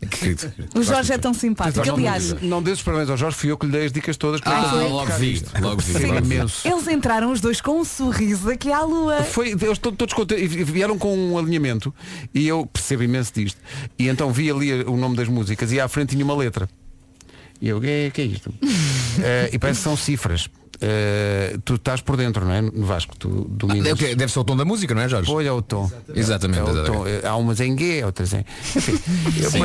S1: O Jorge é tão simpático. Aliás,
S2: Não, não dei os parabéns ao Jorge, fui eu que lhe dei as dicas todas.
S10: Ah,
S2: para ele
S10: logo
S2: tocar
S10: vi,
S2: isto.
S10: logo vi,
S2: Foi
S10: logo vi.
S2: imenso.
S1: eles entraram os dois com um sorriso aqui à lua.
S2: Foi, eu estou todos contentes, e vieram com um alinhamento e eu percebo imenso disto. E então vi ali o nome das músicas e à frente tinha uma letra. E eu, o que é, que é isto? Eh, e parece que são cifras. Eh, tu estás por dentro, não é? No Vasco, tu dominas.
S10: Ah, é o quê? Deve ser o tom da música, não é, Jorge?
S2: Olha o tom.
S10: Exatamente,
S2: É o
S10: exatamente.
S2: tom. Eh, Há umas em G, outras em. Enfim, eu
S10: Sim.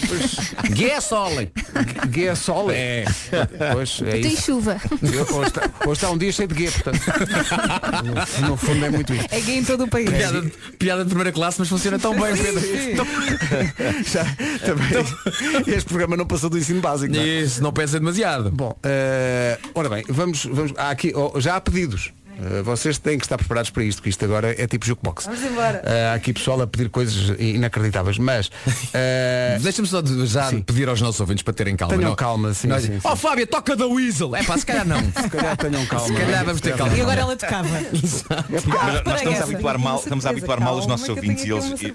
S2: depois-
S10: Guia Sole.
S2: Guia Sole. É. Pois, é
S4: Tem
S2: isso.
S4: chuva.
S2: Eu- hoje, está, hoje está um dia cheio de guia, portanto. No, no fundo é muito isso.
S1: É gay em todo o país.
S10: Piada, piada de primeira classe, mas funciona tão bem, Pedro.
S2: Já, também, este programa não passou do ensino básico. não é?
S10: Então- Isso, não pensa demasiado.
S2: Bom, eh, ora bem, vamos, vamos há aqui, oh, já há pedidos. Eh, vocês têm que estar preparados para isto, que isto agora é tipo jukebox.
S10: Vamos embora.
S2: Eh, há aqui pessoal a pedir coisas inacreditáveis, mas eh,
S10: Deixa-me só de- já pedir aos nossos ouvintes para terem calma.
S2: Tenham
S10: não- é?
S2: calma, sim,
S10: nós-
S2: sim, sim.
S10: Oh Fábia, toca da Weasel. É pá, se calhar não.
S2: se calhar tenham calma. é?
S10: Se calhar vamos ter calma.
S1: E agora ela tocava.
S12: Mas
S1: Ah,
S12: nós estamos
S1: parece.
S12: a habituar mal, estamos a habituar mal os nossos ouvintes e eles. e-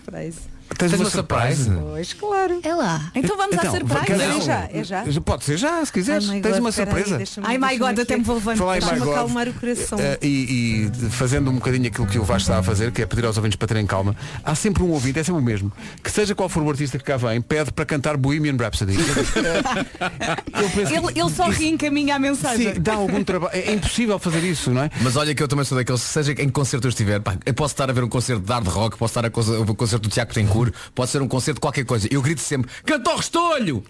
S2: Tens,
S10: Tens
S2: uma
S10: uma
S2: surprise?
S17: Pois, claro.
S4: É lá.
S1: Então vamos à
S2: Então,
S1: surpresa.
S2: cada um.
S17: É já, é já.
S2: Pode ser já, se quiseres.
S17: Ai, my
S2: Tens
S17: God,
S2: uma
S17: espera
S2: surpresa.
S17: aí, deixa-me-
S1: Ai, my God, até me vou
S2: Falar em
S1: levantar.
S2: my
S17: Deixa-me
S2: God,
S17: acalmar o coração.
S2: eh, e, e fazendo um bocadinho aquilo que o Vasco está a fazer, que é pedir aos ouvintes para terem calma, há sempre um ouvinte, é sempre o mesmo, que seja qual for o artista que cá vem, pede para cantar Bohemian Rhapsody. Eh, Eu penso-
S1: Ele, ele só reencaminha a mensagem.
S2: Sim, dá algum trabalho. É impossível fazer isso, não é?
S10: Mas olha que eu também sou daqueles, seja em que concerto eu estiver, pá, eu posso estar a ver um concerto de hard rock, posso estar a conce- o concerto do Tiago Tencourt, pode ser um concerto de qualquer coisa. Eu grito sempre, cantor restolho!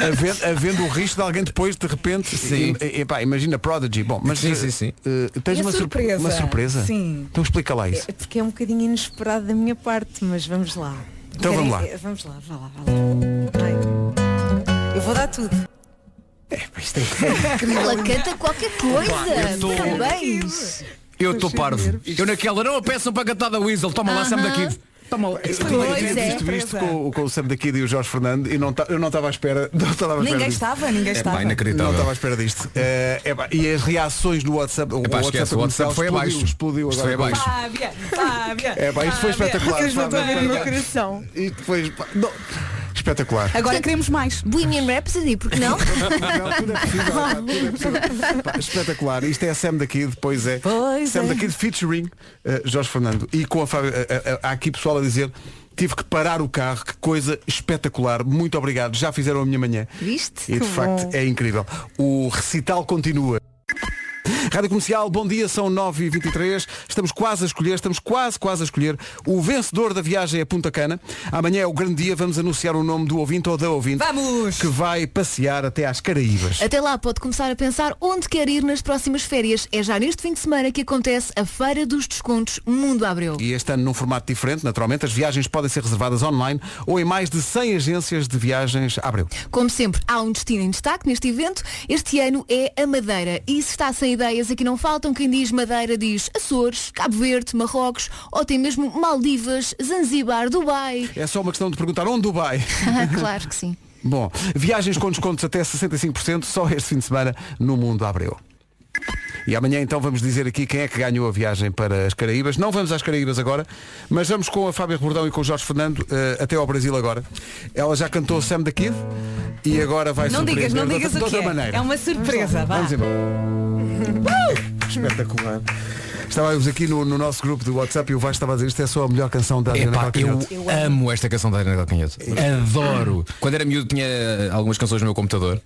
S2: Havendo, havendo o risco de alguém depois, de repente,
S10: Sim.
S2: e- e- epá, imagina Prodigy. Bom, mas
S10: Sim, sim, sim.
S2: eh, tens
S17: E a
S2: uma surpre-
S17: surpresa?
S2: uma surpresa?
S17: Sim.
S2: Então explica lá isso.
S17: É, porque é um bocadinho inesperado da minha parte, mas vamos lá.
S2: Então vamos lá.
S17: eh, Vamos lá, vá lá, vá lá. Ai. Eu vou dar tudo.
S2: É,
S4: Ela canta qualquer coisa.
S10: Pá, eu tô-
S4: é, Parabéns.
S10: Eu estou parvo. Eu naquela, não, peçam para cantar da Weasel. Toma lá, Sam da Kid. Toma lá.
S2: Pois é. Visto isto com, o- com o Sam da Kid e o Jorge Fernando e não ta- eu não estava à espera. Não estava à espera
S1: Ninguém
S2: disto.
S1: estava,
S10: É,
S1: ninguém
S2: Epá,
S1: estava.
S2: inacreditável. Não estava à espera disto. Eh, epá, e as reações no WhatsApp. o
S10: Epá, esquece,
S2: WhatsApp,
S10: o WhatsApp
S2: comercial
S10: foi
S2: explodiu,
S10: abaixo.
S2: Explodiu
S10: Isto
S2: agora.
S12: É
S10: foi abaixo.
S1: Fábia, Fábia.
S2: É, pá, isto foi
S1: Fábia.
S2: espetacular,
S1: Porque ajudou
S2: Fábia,
S1: a abrir o meu
S2: Fábia.
S1: coração.
S2: Isto foi pá, não. espetacular.
S1: Agora queremos mais.
S4: Bohemian Rhapsody, porque não?
S12: é
S2: Pá, espetacular. Isto é a Sam daqui, depois é. Sam
S4: é.
S2: daqui featuring eh, Jorge Fernando. E com a Fábio, eh, eh, há aqui pessoal a dizer, tive que parar o carro, que coisa espetacular. Muito obrigado, já fizeram a minha manhã.
S4: Viste?
S2: E de
S4: Que
S2: facto
S4: bom.
S2: é incrível. O recital continua. Rádio Comercial, bom dia, são 9h23. Estamos quase a escolher, estamos quase, quase a escolher. O vencedor da viagem é Punta Cana. Amanhã é o grande dia, vamos anunciar o nome do ouvinte ou da ouvinte. Vamos! Que vai passear até às Caraíbas.
S4: Até lá pode começar a pensar onde quer ir nas próximas férias. É já neste fim de semana que acontece a Feira dos Descontos Mundo Abreu.
S2: E este ano num formato diferente, naturalmente, as viagens podem ser reservadas online ou em mais de 100 agências de viagens Abreu.
S4: Como sempre, há um destino em destaque neste evento. Este ano é a Madeira. E se está sem ideias, aqui não faltam. Quem diz Madeira diz Açores, Cabo Verde, Marrocos, ou tem mesmo Maldivas, Zanzibar, Dubai.
S2: É só uma questão de perguntar onde Dubai?
S4: claro que sim.
S2: Bom, viagens com descontos até 65% só este fim de semana no Mundo Abreu. E amanhã então vamos dizer aqui quem é que ganhou a viagem para as Caraíbas. Não vamos às Caraíbas agora, mas vamos com a Fábia Rebordão e com o Jorge Fernando eh, até ao Brasil agora. Ela já cantou Sam da Kid e agora vai
S1: Não digas, não
S2: surpreender de
S1: digas
S2: outra-
S1: o
S2: de
S1: que
S2: outra
S1: é.
S2: maneira.
S1: É uma surpresa, vá.
S2: Vamos embora. Espetacular. Estávamos aqui no, no nosso grupo do WhatsApp e o Vasco estava a dizer isto é só a melhor canção da Adriana
S10: Epá, eu
S2: Calcanhoto.
S10: amo esta canção da Adriana Calcanhoto. Adoro. Quando era miúdo tinha eh, algumas canções no meu computador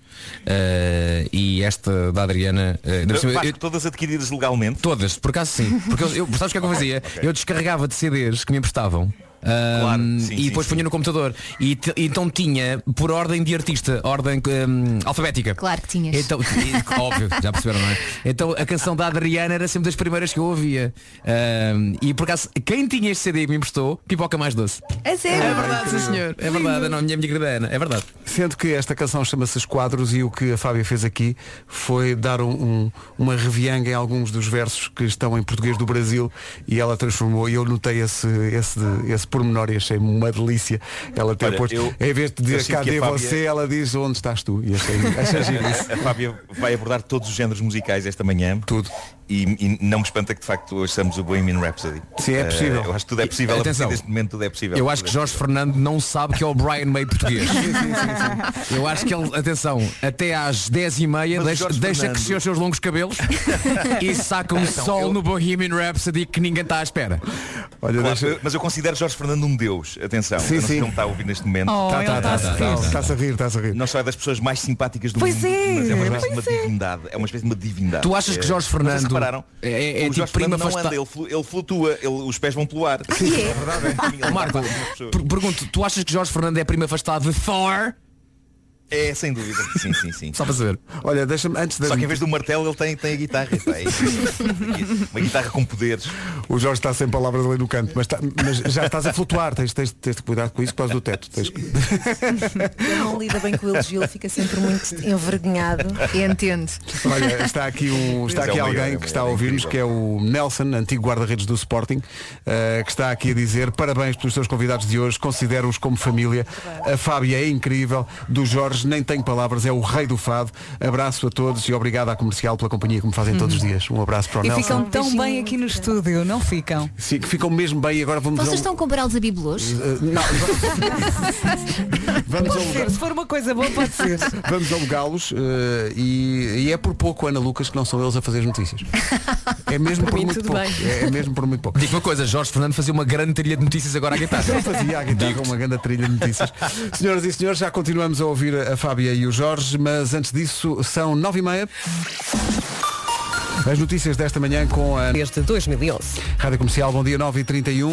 S10: eh, e esta da Adriana. eh, ainda por cima,
S12: Vasco,
S10: eu-
S12: todas adquiridas legalmente?
S10: Todas, por acaso sim. Porque eu, eu- sabes o que é que eu fazia? Eu descarregava de CDs que me emprestavam. ahm, e depois punha no computador e te- então tinha por ordem de artista ordem ahm, alfabética
S4: claro que tinhas
S10: então, e- óbvio já perceberam não é então a canção da Adriana era sempre das primeiras que eu ouvia Ahm, e por acaso quem tinha este CD que me emprestou pipoca mais doce
S4: É sério?
S10: É verdade, sim senhor. É verdade, não, minha, minha querida Ana, é verdade.
S2: Sendo que esta canção chama-se Esquadros e o que a Fábia fez aqui foi dar um- um- uma revianga em alguns dos versos que estão em português do Brasil e ela transformou e eu notei esse, esse, esse pormenor e achei uma delícia ela ter
S12: Olha,
S2: posto.
S12: eu-
S2: em vez de
S12: eu
S2: dizer
S12: sinto
S2: cá
S12: que a
S2: de
S12: Fábia-
S2: você, ela diz onde estás tu. E achei, achei giro isso.
S12: A Fábia vai abordar todos os géneros musicais esta manhã.
S2: Tudo.
S12: E, e não me espanta que de facto hoje estamos o Bohemian Rhapsody.
S10: Sim, é
S12: Eh,
S10: possível.
S12: eu acho que tudo é possível.
S10: E-
S12: a partir
S10: atenção.
S12: deste momento tudo é possível.
S10: Eu acho que Jorge Fernando não sabe que é o Brian May português. Eu acho que é ele, atenção, até às 10h30
S12: Mas o
S10: deixa,
S12: Jorge
S10: deixa
S12: Fernando-
S10: crescer os seus longos cabelos e saca um
S12: Então,
S10: sol
S12: eu-
S10: no Bohemian Rhapsody que ninguém está à espera.
S2: Olha,
S12: Claro, eu- Mas eu considero Jorge Fernando um deus. Atenção.
S10: Sim,
S12: eu não sei
S10: sim.
S12: se ele está a ouvir neste momento.
S10: Oh, Tá, ele tá, está a tá, sorrir. tá,
S2: a rir, está a rir.
S12: Não só é das pessoas mais simpáticas do
S10: Pois
S12: mundo.
S10: é,
S12: mas é uma espécie de uma
S10: pois
S12: divindade. É uma espécie de uma divindade.
S10: Tu achas que
S12: Eh,
S10: Jorge
S12: não sei se
S10: Fernando
S12: repararam?
S10: é- é
S12: o
S10: tipo
S12: Jorge
S10: prima
S12: Fernando não
S10: fasta-
S12: anda, ele, flu- ele flutua, ele- os pés vão pelo ar.
S10: que é?
S12: É verdade, é. Ele
S10: Marco,
S12: passa nas pessoas.
S10: per- pergunto, tu achas que Jorge Fernando é primo afastado de Thor?
S12: É, sem dúvida. Sim, sim, sim.
S10: Só para saber.
S2: Olha, deixa-me antes de.
S12: Só que em vez do martelo ele tem, tem a guitarra. pá, é isso. uma guitarra com poderes.
S2: O Jorge está sem palavras ali no canto, mas, está- mas já estás a flutuar, tens, tens, tens de cuidar com isso por causa do teto. Tens que-
S17: Ele não lida bem com o elogio, ele fica sempre muito envergonhado.
S4: Entende.
S2: Olha, está aqui, um, está
S17: Mas é
S2: aqui
S17: um
S2: alguém
S17: leão,
S2: que está a ouvir-nos, que é o Nelson, antigo guarda-redes do Sporting, eh, que está aqui a dizer parabéns pelos seus convidados de hoje, considero-os como família. A Fábia é incrível, do Jorge nem tenho palavras, é o rei do fado. Abraço a todos e obrigado à comercial pela companhia que me fazem todos os dias. Um abraço para o
S1: Uhum. E
S2: Nelson.
S1: ficam tão bem aqui no estúdio, não ficam?
S2: Sim, que ficam mesmo bem e agora vamos
S4: Vocês
S2: a
S4: estão
S2: um...
S4: a compará-los a bibelôs?
S2: Eh, Não, vamos a
S1: Pode
S2: um-
S1: ser, se for uma coisa boa, pode ser.
S2: Vamos alugá-los eh, e, e é por pouco, Ana Lucas, que não são eles a fazer as notícias. É mesmo por,
S10: Por mim,
S2: muito
S10: tudo
S2: pouco.
S10: bem.
S2: É, é mesmo por muito pouco.
S10: Digo uma coisa, Jorge Fernando fazia uma grande trilha de notícias agora à guitarra.
S2: Ele fazia à guitarra uma grande trilha de notícias. Senhoras e senhores, já continuamos a ouvir a Fábia e o Jorge, mas antes disso são nove e meia. As notícias desta manhã com a...
S7: Desde 2011.
S2: Rádio Comercial, bom dia 9h31.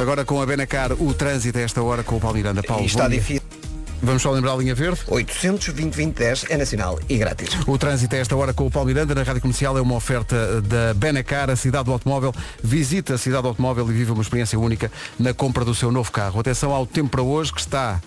S2: Agora com a Benacar, o trânsito a esta hora com o Paulo Miranda. Paulo,
S3: E está
S2: bom dia.
S3: difícil.
S2: Vamos só lembrar a linha verde?
S3: 820-2010 é nacional e grátis.
S2: O trânsito a esta hora com o Paulo Miranda na Rádio Comercial é uma oferta da Benacar, a cidade do automóvel. Visita a cidade do automóvel e vive uma experiência única na compra do seu novo carro. Atenção ao tempo para hoje que está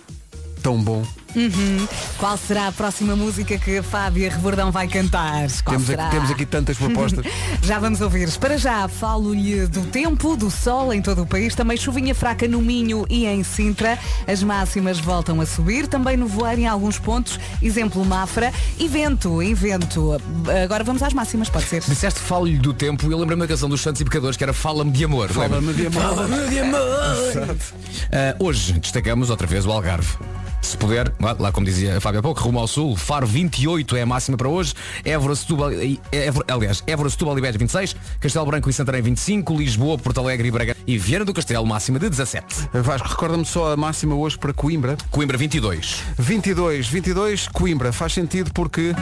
S2: tão bom
S1: Uhum. Qual será a próxima música que a Fábia Rebordão vai cantar? Qual
S2: Temos
S1: será?
S2: aqui, temos aqui tantas propostas.
S1: Já vamos ouvir. Para já, falo-lhe do tempo, do sol em todo o país, também chuvinha fraca no Minho e em Sintra. As máximas voltam a subir, também no voar em alguns pontos, exemplo Mafra. E vento, e vento. Agora vamos às máximas, pode ser?
S10: Disseste falo-lhe do tempo e eu lembrei-me da canção dos Santos e Pecadores que era Fala-me de Amor.
S2: Fala-me de amor.
S10: Fala-me de amor. Ah, hoje destacamos outra vez o Algarve. Se puder, vá, lá como dizia a Fábio há pouco, rumo ao sul, Faro 28 é a máxima para hoje, Évora, Setúbal, e- é, Évora, aliás, Évora, Setúbal e Beja 26, Castelo Branco e Santarém 25, Lisboa, Porto Alegre e Braga e Vieira do Castelo, máxima de 17.
S2: Vasco, recorda-me só a máxima hoje para Coimbra.
S10: Coimbra 22.
S2: 22, 22, Coimbra. Faz sentido porque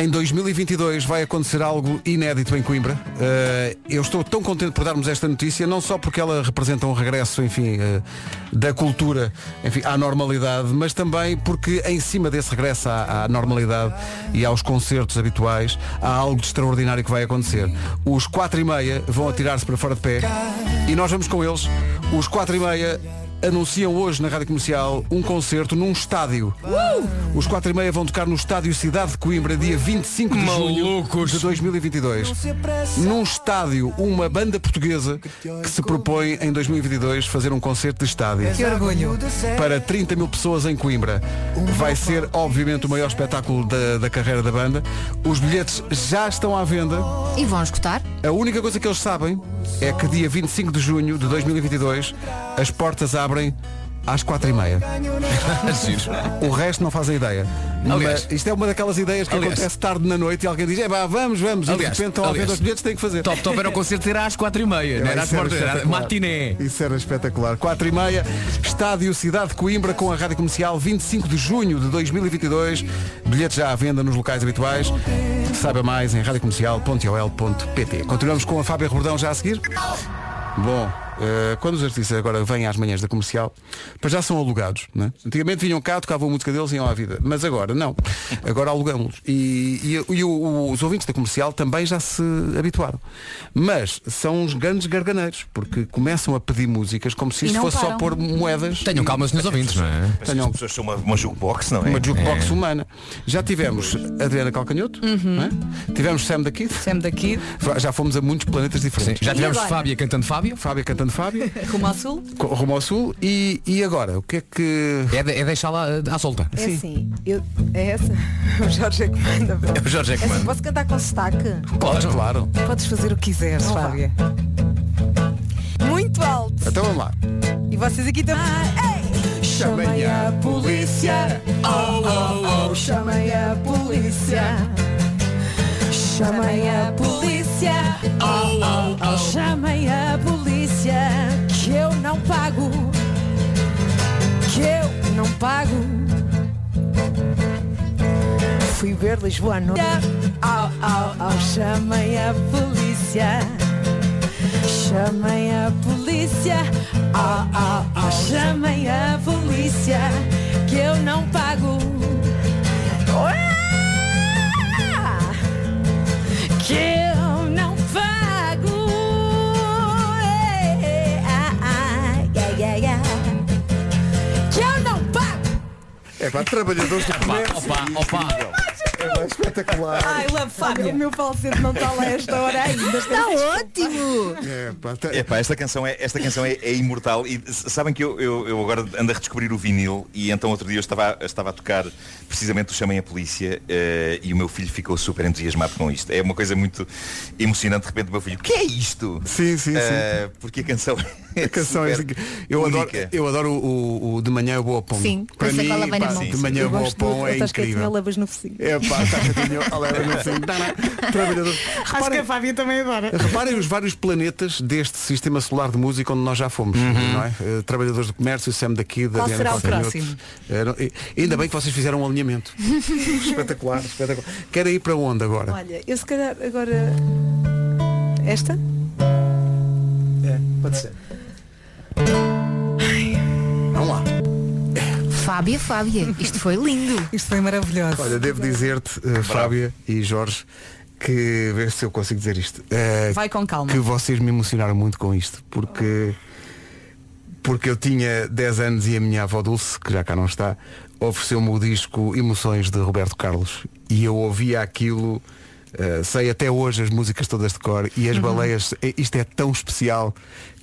S2: em 2022 vai acontecer algo inédito em Coimbra. Eh, eu estou tão contente por darmos esta notícia, não só porque ela representa um regresso, enfim, eh, da cultura, enfim, à normalidade, mas também porque em cima desse regresso à, à normalidade e aos concertos habituais há algo de extraordinário que vai acontecer. Os 4 e meia vão atirar-se para fora de pé e nós vamos com eles. Os 4 e meia anunciam hoje na Rádio Comercial um concerto num estádio. Os 4 e meia vão tocar no estádio Cidade de Coimbra, dia 25 de junho de 2022. Num estádio, uma banda portuguesa que se propõe em 2022 fazer um concerto de estádio.
S1: Que orgulho.
S2: Para 30 mil pessoas em Coimbra. Vai ser, obviamente, o maior espetáculo da, da carreira da banda. Os bilhetes já estão à venda.
S4: E vão escutar?
S2: A única coisa que eles sabem é que dia 25 de junho de 2022 as portas abrem às 4h30. O resto não fazem ideia.
S10: Aliás.
S2: Mas isto é uma daquelas ideias que
S10: Aliás.
S2: acontece tarde na noite e alguém diz, é pá, vamos, vamos, e de
S10: Aliás,
S2: repente estão a
S10: aliás.
S2: venda os bilhetes, têm que fazer.
S10: Top Top era o concerto era às 4 e meia, não era às
S2: Isso era
S10: 4 era
S2: espetacular.
S10: matiné.
S2: Isso era espetacular. 4 e meia, Estádio Cidade de Coimbra com a Rádio Comercial, 25 de junho de 2022. Bilhetes já à venda nos locais habituais. Saiba mais em radiocomercial.ol.pt Continuamos com a Fábia Rebordão já a seguir. Bom, eh, quando os artistas agora vêm às manhãs da comercial, pois já são alugados, não é? Antigamente vinham cá, tocavam a música deles e iam à vida. Mas agora não. Agora alugamos-los. E, e- e o- o- os ouvintes da comercial também já se habituaram. Mas são uns grandes garganeiros, porque começam a pedir músicas como
S12: E
S2: se isto
S12: não
S2: fosse
S12: param.
S2: só pôr moedas.
S10: Tenham calma, senhores ouvintes, não é?
S12: As pessoas são uma, uma jukebox, não é?
S2: Uma jukebox
S12: É.
S2: humana. Já tivemos Adriana Calcanhoto, não é? tivemos Sam da Kid.
S1: Sam da Kid.
S2: Já fomos a muitos planetas diferentes.
S10: Sim, já E tivemos agora? Fábia cantando Fábio.
S2: Fábia cantando Fábio.
S1: Rumo ao sul?
S2: Co- Rumo ao Sul e, e agora? O que é que.
S10: É, deixá-la à solta.
S17: É assim, eu- é essa? O Jorge é que manda. pronto.
S10: É o Jorge é que
S17: assim,
S10: manda.
S17: Posso cantar com sotaque?
S2: Claro, claro.
S1: Podes fazer o que quiseres,
S17: Não vá.
S1: Fábia.
S17: Muito alto.
S2: Então vamos lá.
S17: E vocês aqui também. Ei!
S5: Chamei Ah, a polícia, oh oh oh, chamei a polícia. Chamei a polícia, oh oh oh, chamei a polícia, que eu não pago, que eu não pago. Fui ver Lisboa à noite, oh oh oh, chamei a polícia. Chamem a polícia, ah, ah, ah, chamem a polícia, que eu não pago. Ah, que eu não pago. Eh, ah, ah, yeah, yeah, yeah. Que eu não pago.
S2: É para trabalhadores do comércio.
S10: Opa, opa.
S2: É espetacular.
S17: Ai, love Fábio. O meu falsete não está lá a esta hora ainda.
S4: Está ótimo!
S2: É, pá,
S12: Epá, esta canção é, esta canção é, é imortal e s- sabem que eu, eu, eu agora ando a redescobrir o vinil e então outro dia eu estava, a- estava a tocar precisamente o Chamem a Polícia eh, e o meu filho ficou super entusiasmado com isto. É uma coisa muito emocionante, de repente o meu filho, o que é isto?
S2: Sim, sim,
S12: Eh, Porque a canção é
S2: A canção é
S12: super
S2: eu adoro,
S12: única.
S2: eu adoro o, o- o de manhã eu vou ao pão.
S12: Sim,
S2: para
S12: com a
S2: mim,
S12: sacola bem na
S2: pá,
S12: mão.
S2: de manhã eu vou ao pão é incrível.
S17: levas no focinho.
S2: É pá, está quietinho, olha, eu não sei, tá, não. Trabalhador.
S1: Acho que a Fábia também adora.
S2: Reparem os vários planetas deste sistema solar de música onde nós já fomos, não é? Eh, Trabalhadores do comércio, Sam daqui, da
S1: Qual
S2: Diana
S1: será o
S2: Calcanhoto.
S1: próximo?
S2: Eh, não- e- Ainda bem que vocês fizeram um alinhamento. espetacular, espetacular. Querem ir para onde agora?
S17: Olha, eu se calhar agora. Esta?
S2: É, pode ser. Vamos lá.
S4: Fábia, Fábia, isto foi lindo.
S1: Isto foi maravilhoso.
S2: Olha, devo dizer-te, eh, Fábia e Jorge, que vê se eu consigo dizer isto. eh,
S1: Vai com calma.
S2: Que vocês me emocionaram muito com isto, porque porque eu tinha 10 anos e a minha avó Dulce, que já cá não está, ofereceu-me o disco Emoções de Roberto Carlos e eu ouvia aquilo, eh, sei até hoje as músicas todas de cor e as
S19: Uhum.
S2: baleias, eh, isto é tão especial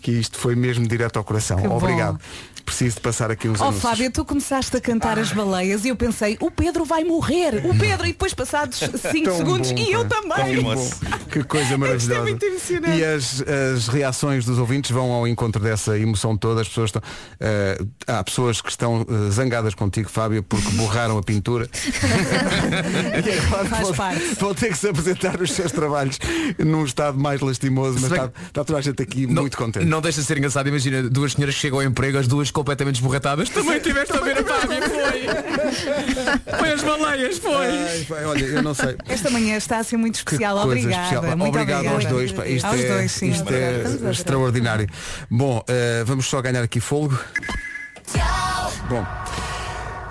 S2: que isto foi mesmo direto ao coração.
S1: Que bom.
S2: Obrigado. Preciso de passar aqui uns
S1: Oh
S2: anúncios.
S1: Fábio, tu começaste a cantar as baleias e eu pensei, o Pedro vai morrer, o Pedro, e depois passados 5
S2: Tão
S1: segundos
S2: bom,
S1: e eu
S2: pá.
S1: também. é
S2: Tão bom. Que coisa maravilhosa.
S1: muito emocionante.
S2: E as, as reações dos ouvintes vão ao encontro dessa emoção toda. As pessoas estão, eh, há pessoas que estão eh, zangadas contigo, Fábio, porque borraram a pintura. E agora
S1: Faz
S2: vão,
S1: parte.
S2: vão ter que se apresentar os seus trabalhos num estado mais lastimoso, mas está, está toda a gente aqui muito contente.
S10: Não deixa de ser engraçado, imagina duas senhoras que chegam ao emprego, as duas completamente esborratadas. Também tiveste a ver a Fábio, foi. Foi as baleias, foi.
S2: Ai, pá, olha, eu não sei.
S1: Esta manhã está a ser muito especial,
S2: Coisa
S1: obrigada.
S2: especial. Pá,
S1: Muito
S2: obrigado
S1: obrigada.
S2: aos dois. pá. Isto
S1: Aos
S2: é,
S1: dois, sim.
S2: isto é extraordinário. Bom, eh, vamos só ganhar aqui fogo. Bom.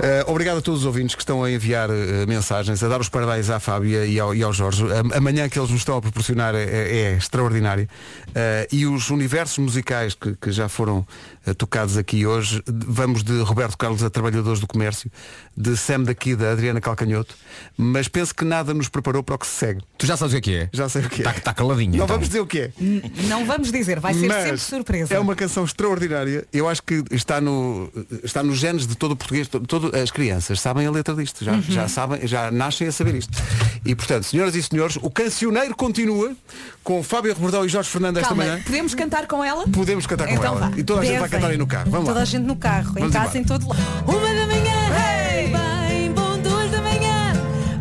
S2: eh, obrigado a todos os ouvintes que estão a enviar eh, mensagens, a dar os parabéns à Fábia e ao, e ao Jorge. A, a manhã que eles nos estão a proporcionar é, é extraordinária. Eh, e os universos musicais que, que já foram eh, tocados aqui hoje, de- vamos de Roberto Carlos a Trabalhadores do Comércio, de Sam daqui da Adriana Calcanhoto, mas penso que nada nos preparou para o que se segue.
S10: Tu já sabes o que é?
S2: Já sei o que é.
S10: Está caladinha.
S2: Não
S10: então.
S2: vamos dizer o que é.
S1: N- Não vamos dizer, vai ser
S2: Mas
S1: sempre surpresa.
S2: É uma canção extraordinária. Eu acho que está no está nos genes de todo o português. to- todo- as crianças sabem a letra disto, já,
S1: Uhum.
S2: já sabem, já nascem a saber isto. E portanto, senhoras e senhores, o cancioneiro continua com Fábio Rebordão e Jorge Fernando esta
S1: Calma,
S2: manhã.
S1: podemos cantar com ela?
S2: Podemos cantar com
S1: Então
S2: ela.
S1: vá.
S2: E toda a gente vai
S1: Devem.
S2: cantar aí no carro. Vamos
S17: Toda
S2: lá.
S17: a gente no carro,
S2: Vamos
S17: em casa,
S5: então.
S2: embora.
S17: em todo lado. Uma da manhã, hey! bem bom duas da manhã,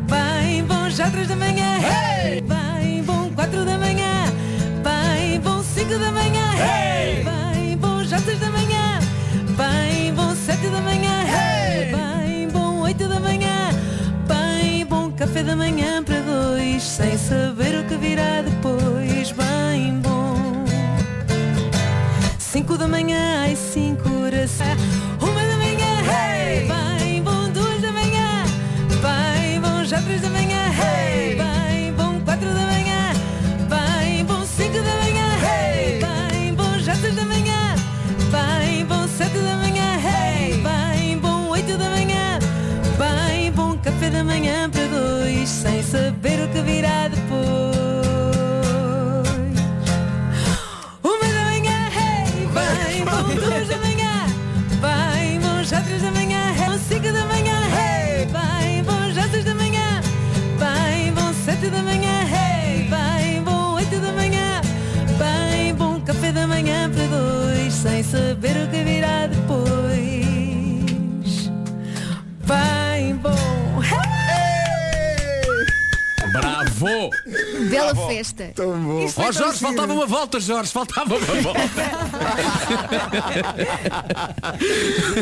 S17: bem bom já três da manhã, hey! bem bom quatro da manhã, bem bom cinco da manhã, hey! bem bom já seis da manhã, bem bom sete da manhã, hey! bem bom oito da manhã, bem bom café da manhã para dois, sem saber o que virá depois, bem bom. 5 da manhã às 5 horas. Uma da manhã, hey! bem bom, duas da manhã, bem bom, já três da manhã, hey! bem bom, quatro da manhã, bem bom, cinco da manhã, hey! bem bom, já seis da manhã, bem bom, sete da manhã, hey! bem bom, oito da manhã, bem bom, café da manhã para dois, sem saber o que virá depois. Uma da manhã, hey, bem bom, duas da manhã, bem bom, já três da manhã, hey, cinco da manhã, hey, bem bom, já seis da manhã, bem bom, sete da manhã, hey, bem bom, oito da manhã, bem bom, café da manhã para dois, sem saber o que virá depois. Bem bom,
S10: Bravo! Tá
S4: Bela festa.
S2: é Tão
S10: Ó Jorge, faltava uma volta, Jorge, faltava uma volta.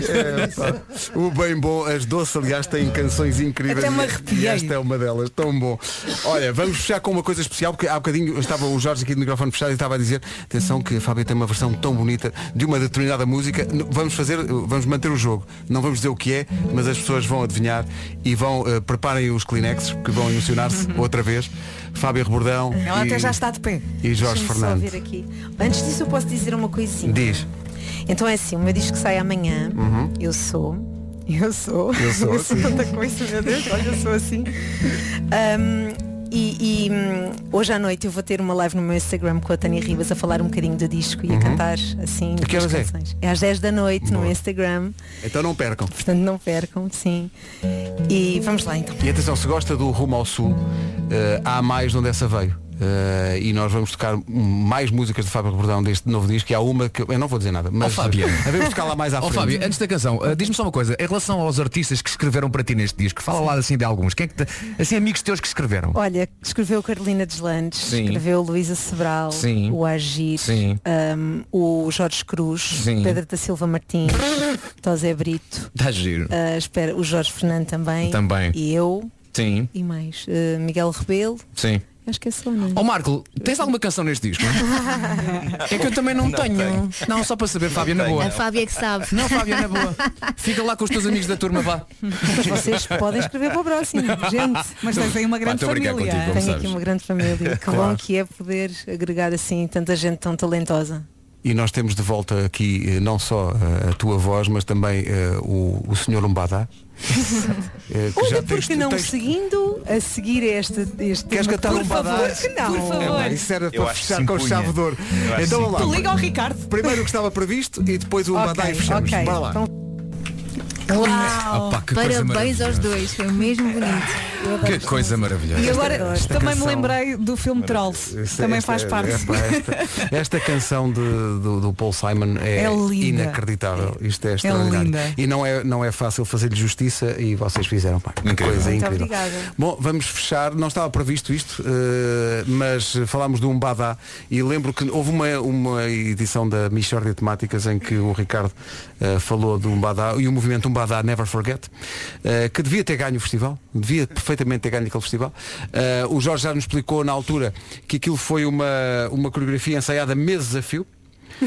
S2: É, pá. o bem bom, as doces, aliás, têm canções incríveis.
S1: Até me
S2: E-
S1: arrepiei.
S2: E esta é uma delas, tão bom. Olha, vamos fechar com uma coisa especial, porque há bocadinho estava o Jorge aqui no microfone fechado e estava a dizer, atenção que a Fábio tem uma versão tão bonita de uma determinada música. N- Vamos fazer, vamos manter o jogo. Não vamos dizer o que é, mas as pessoas vão adivinhar e vão, eh, preparem os Kleenex, que vão emocionar-se outra vez. Fábio Rebordão.
S5: Ela
S2: e-
S5: até já está de pé.
S2: E Jorge
S5: Deixa-me
S2: Fernando.
S5: Só ver aqui. Antes disso eu posso dizer uma coisinha.
S2: Diz.
S5: Então é assim, o meu disco sai amanhã.
S2: Uhum.
S5: Eu sou. Eu sou.
S2: Eu sou, assim. sim.
S5: tanta coisa, meu Deus, olha, eu sou assim. Ahm, e e, hum, hoje à noite eu vou ter uma live no meu Instagram com a Tânia Ribas a falar um bocadinho do disco e a
S2: Uhum.
S5: cantar assim
S2: A que
S5: as
S2: horas é?
S5: canções. É às 10 da noite no meu Instagram,
S2: Então não percam.
S5: portanto não percam, sim. E vamos lá então.
S2: E atenção, se gosta do Rumo ao Sul, eh, há mais de onde essa veio. Eh, e nós vamos tocar mais músicas de Fábio Rebordão deste novo disco e há uma que eu não vou dizer nada
S10: Ó
S2: mas eh,
S10: Fábio,
S2: havemos tocar lá mais à
S10: Ó,
S2: frente
S10: Fábio, antes da canção, ah, diz-me só uma coisa, em relação aos artistas que escreveram para ti neste disco, fala lá assim de alguns, quem é que te- assim amigos teus que escreveram.
S5: Olha, escreveu Carolina Deslandes,
S10: Sim.
S5: escreveu Luísa Sebral,
S10: Sim.
S5: o Agir,
S10: Sim.
S5: um, o Jorge Cruz,
S10: Sim.
S5: Pedro da Silva Martins, Tosé Brito,
S10: Está Tá giro.
S5: uh, espera, o Jorge Fernando também,
S10: Também.
S5: e eu,
S10: Sim,
S5: e mais, uh, Miguel Rebelo,
S10: sim.
S5: acho que é só, não é?
S10: Ó Oh, Marco, tens alguma canção neste disco? É que eu também não, tenho. Não, só para saber, Fábio, na boa.
S4: A Fábia é que sabe.
S10: Não, Fábia, na boa. Fica lá com os teus amigos da turma, vá.
S5: Mas vocês podem escrever para o próximo, gente.
S1: Mas tens aí uma grande
S10: Estou a brincar
S1: família.
S10: contigo, como
S5: Tenho
S10: sabes.
S5: aqui uma grande família. Que
S10: Claro.
S5: bom que é poder agregar assim tanta gente tão talentosa.
S2: E nós temos de volta aqui eh, não só eh, a tua voz, mas também eh, o, o senhor Lombada. eh, que
S17: Olha,
S2: já
S17: por
S2: tens-
S17: que não
S2: tens-
S17: seguindo a seguir este, este tema?
S2: Queres cantar
S17: por
S2: um
S17: favor,
S2: badás?
S17: que não.
S2: Por favor. É, isso era
S17: Eu
S2: para
S17: acho que
S2: fechar
S17: se
S2: com
S17: impunha.
S2: chave de ouro.
S17: Eu acho que
S2: Então
S17: se
S2: vá lá.
S17: impunha. Tu liga ao Ricardo.
S2: Primeiro o que estava previsto e depois o
S17: Ok,
S2: badá e fechamos.
S17: ok. Então
S2: Bora lá.
S4: Uau!
S10: Opa, que coisa
S4: Parabéns
S10: maravilhosa.
S4: aos dois, foi mesmo bonito.
S10: Que coisa maravilhosa.
S1: E agora
S2: esta
S1: também
S2: canção-
S1: me lembrei do filme Trolls.
S2: Esta-
S1: um também
S2: esta-
S1: faz parte.
S2: epá, é esta, esta canção de- do, do Paul Simon é,
S1: É linda.
S2: inacreditável. Isto é extraordinário.
S1: linda.
S2: E não é, não é fácil fazer-lhe justiça e vocês fizeram. Pá, que coisa
S17: Muito
S2: incrível.
S17: obrigada.
S2: Bom, vamos fechar. Não estava previsto isto, eh, mas falámos de um badá e lembro que houve uma, uma edição da Michórdia de Temáticas em que o Ricardo eh, falou de um badá e o movimento Um Badá Never Forget, eh, que devia ter ganho o festival, devia perfeitamente ter ganho aquele festival. Eh, o Jorge já nos explicou na altura que aquilo foi uma, uma coreografia ensaiada meses a fio.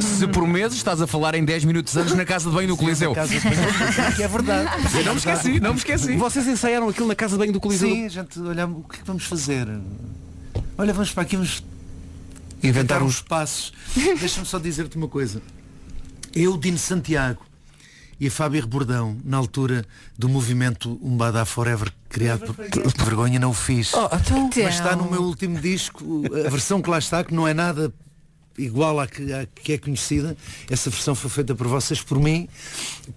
S10: Se por meses estás a falar em 10 minutos antes na casa de banho do Coliseu.
S19: Que é verdade.
S10: Eu não me esqueci, não me esqueci.
S2: Vocês ensaiaram aquilo na casa de banho do Coliseu?
S19: Sim, a gente olhamos, o que é que vamos fazer? Olha, vamos para aqui, vamos
S2: inventar
S19: uns passos. Deixa-me só dizer-te uma coisa. Eu, Dino Santiago e a Fábio Rebordão, na altura do movimento Umbada Forever, criado por de vergonha, não o fiz.
S20: Oh, então.
S19: Mas está no meu último disco, a versão que lá está, que não é nada igual à que, à que é conhecida, essa versão foi feita por vocês, por mim,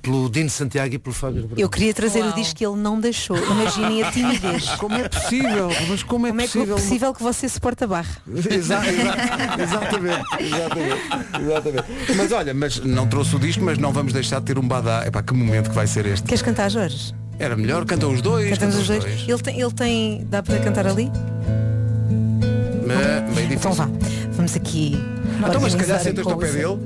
S19: pelo Dino Santiago e pelo Fábio Rebordão.
S20: Eu queria trazer o disco que ele não deixou. Imaginem a timidez.
S2: Como é possível? Mas como é
S20: possível? que você se porta barra?
S2: Exato, exato, exatamente, exatamente, exatamente. Mas olha, mas não trouxe o disco, mas não vamos deixar de ter um badá. Epá, que momento que vai ser este.
S20: Queres cantar, Jorge?
S2: Era melhor, cantam os dois.
S20: Cantamos
S2: cantam
S20: os dois. Ele, tem, ele tem. Dá para cantar ali?
S2: Mas, bem difícil.
S20: Então vá. Vamos aqui.
S2: Então, mas se calhar
S20: organizar a
S2: sentas-te ao pé
S20: coisa.
S2: dele.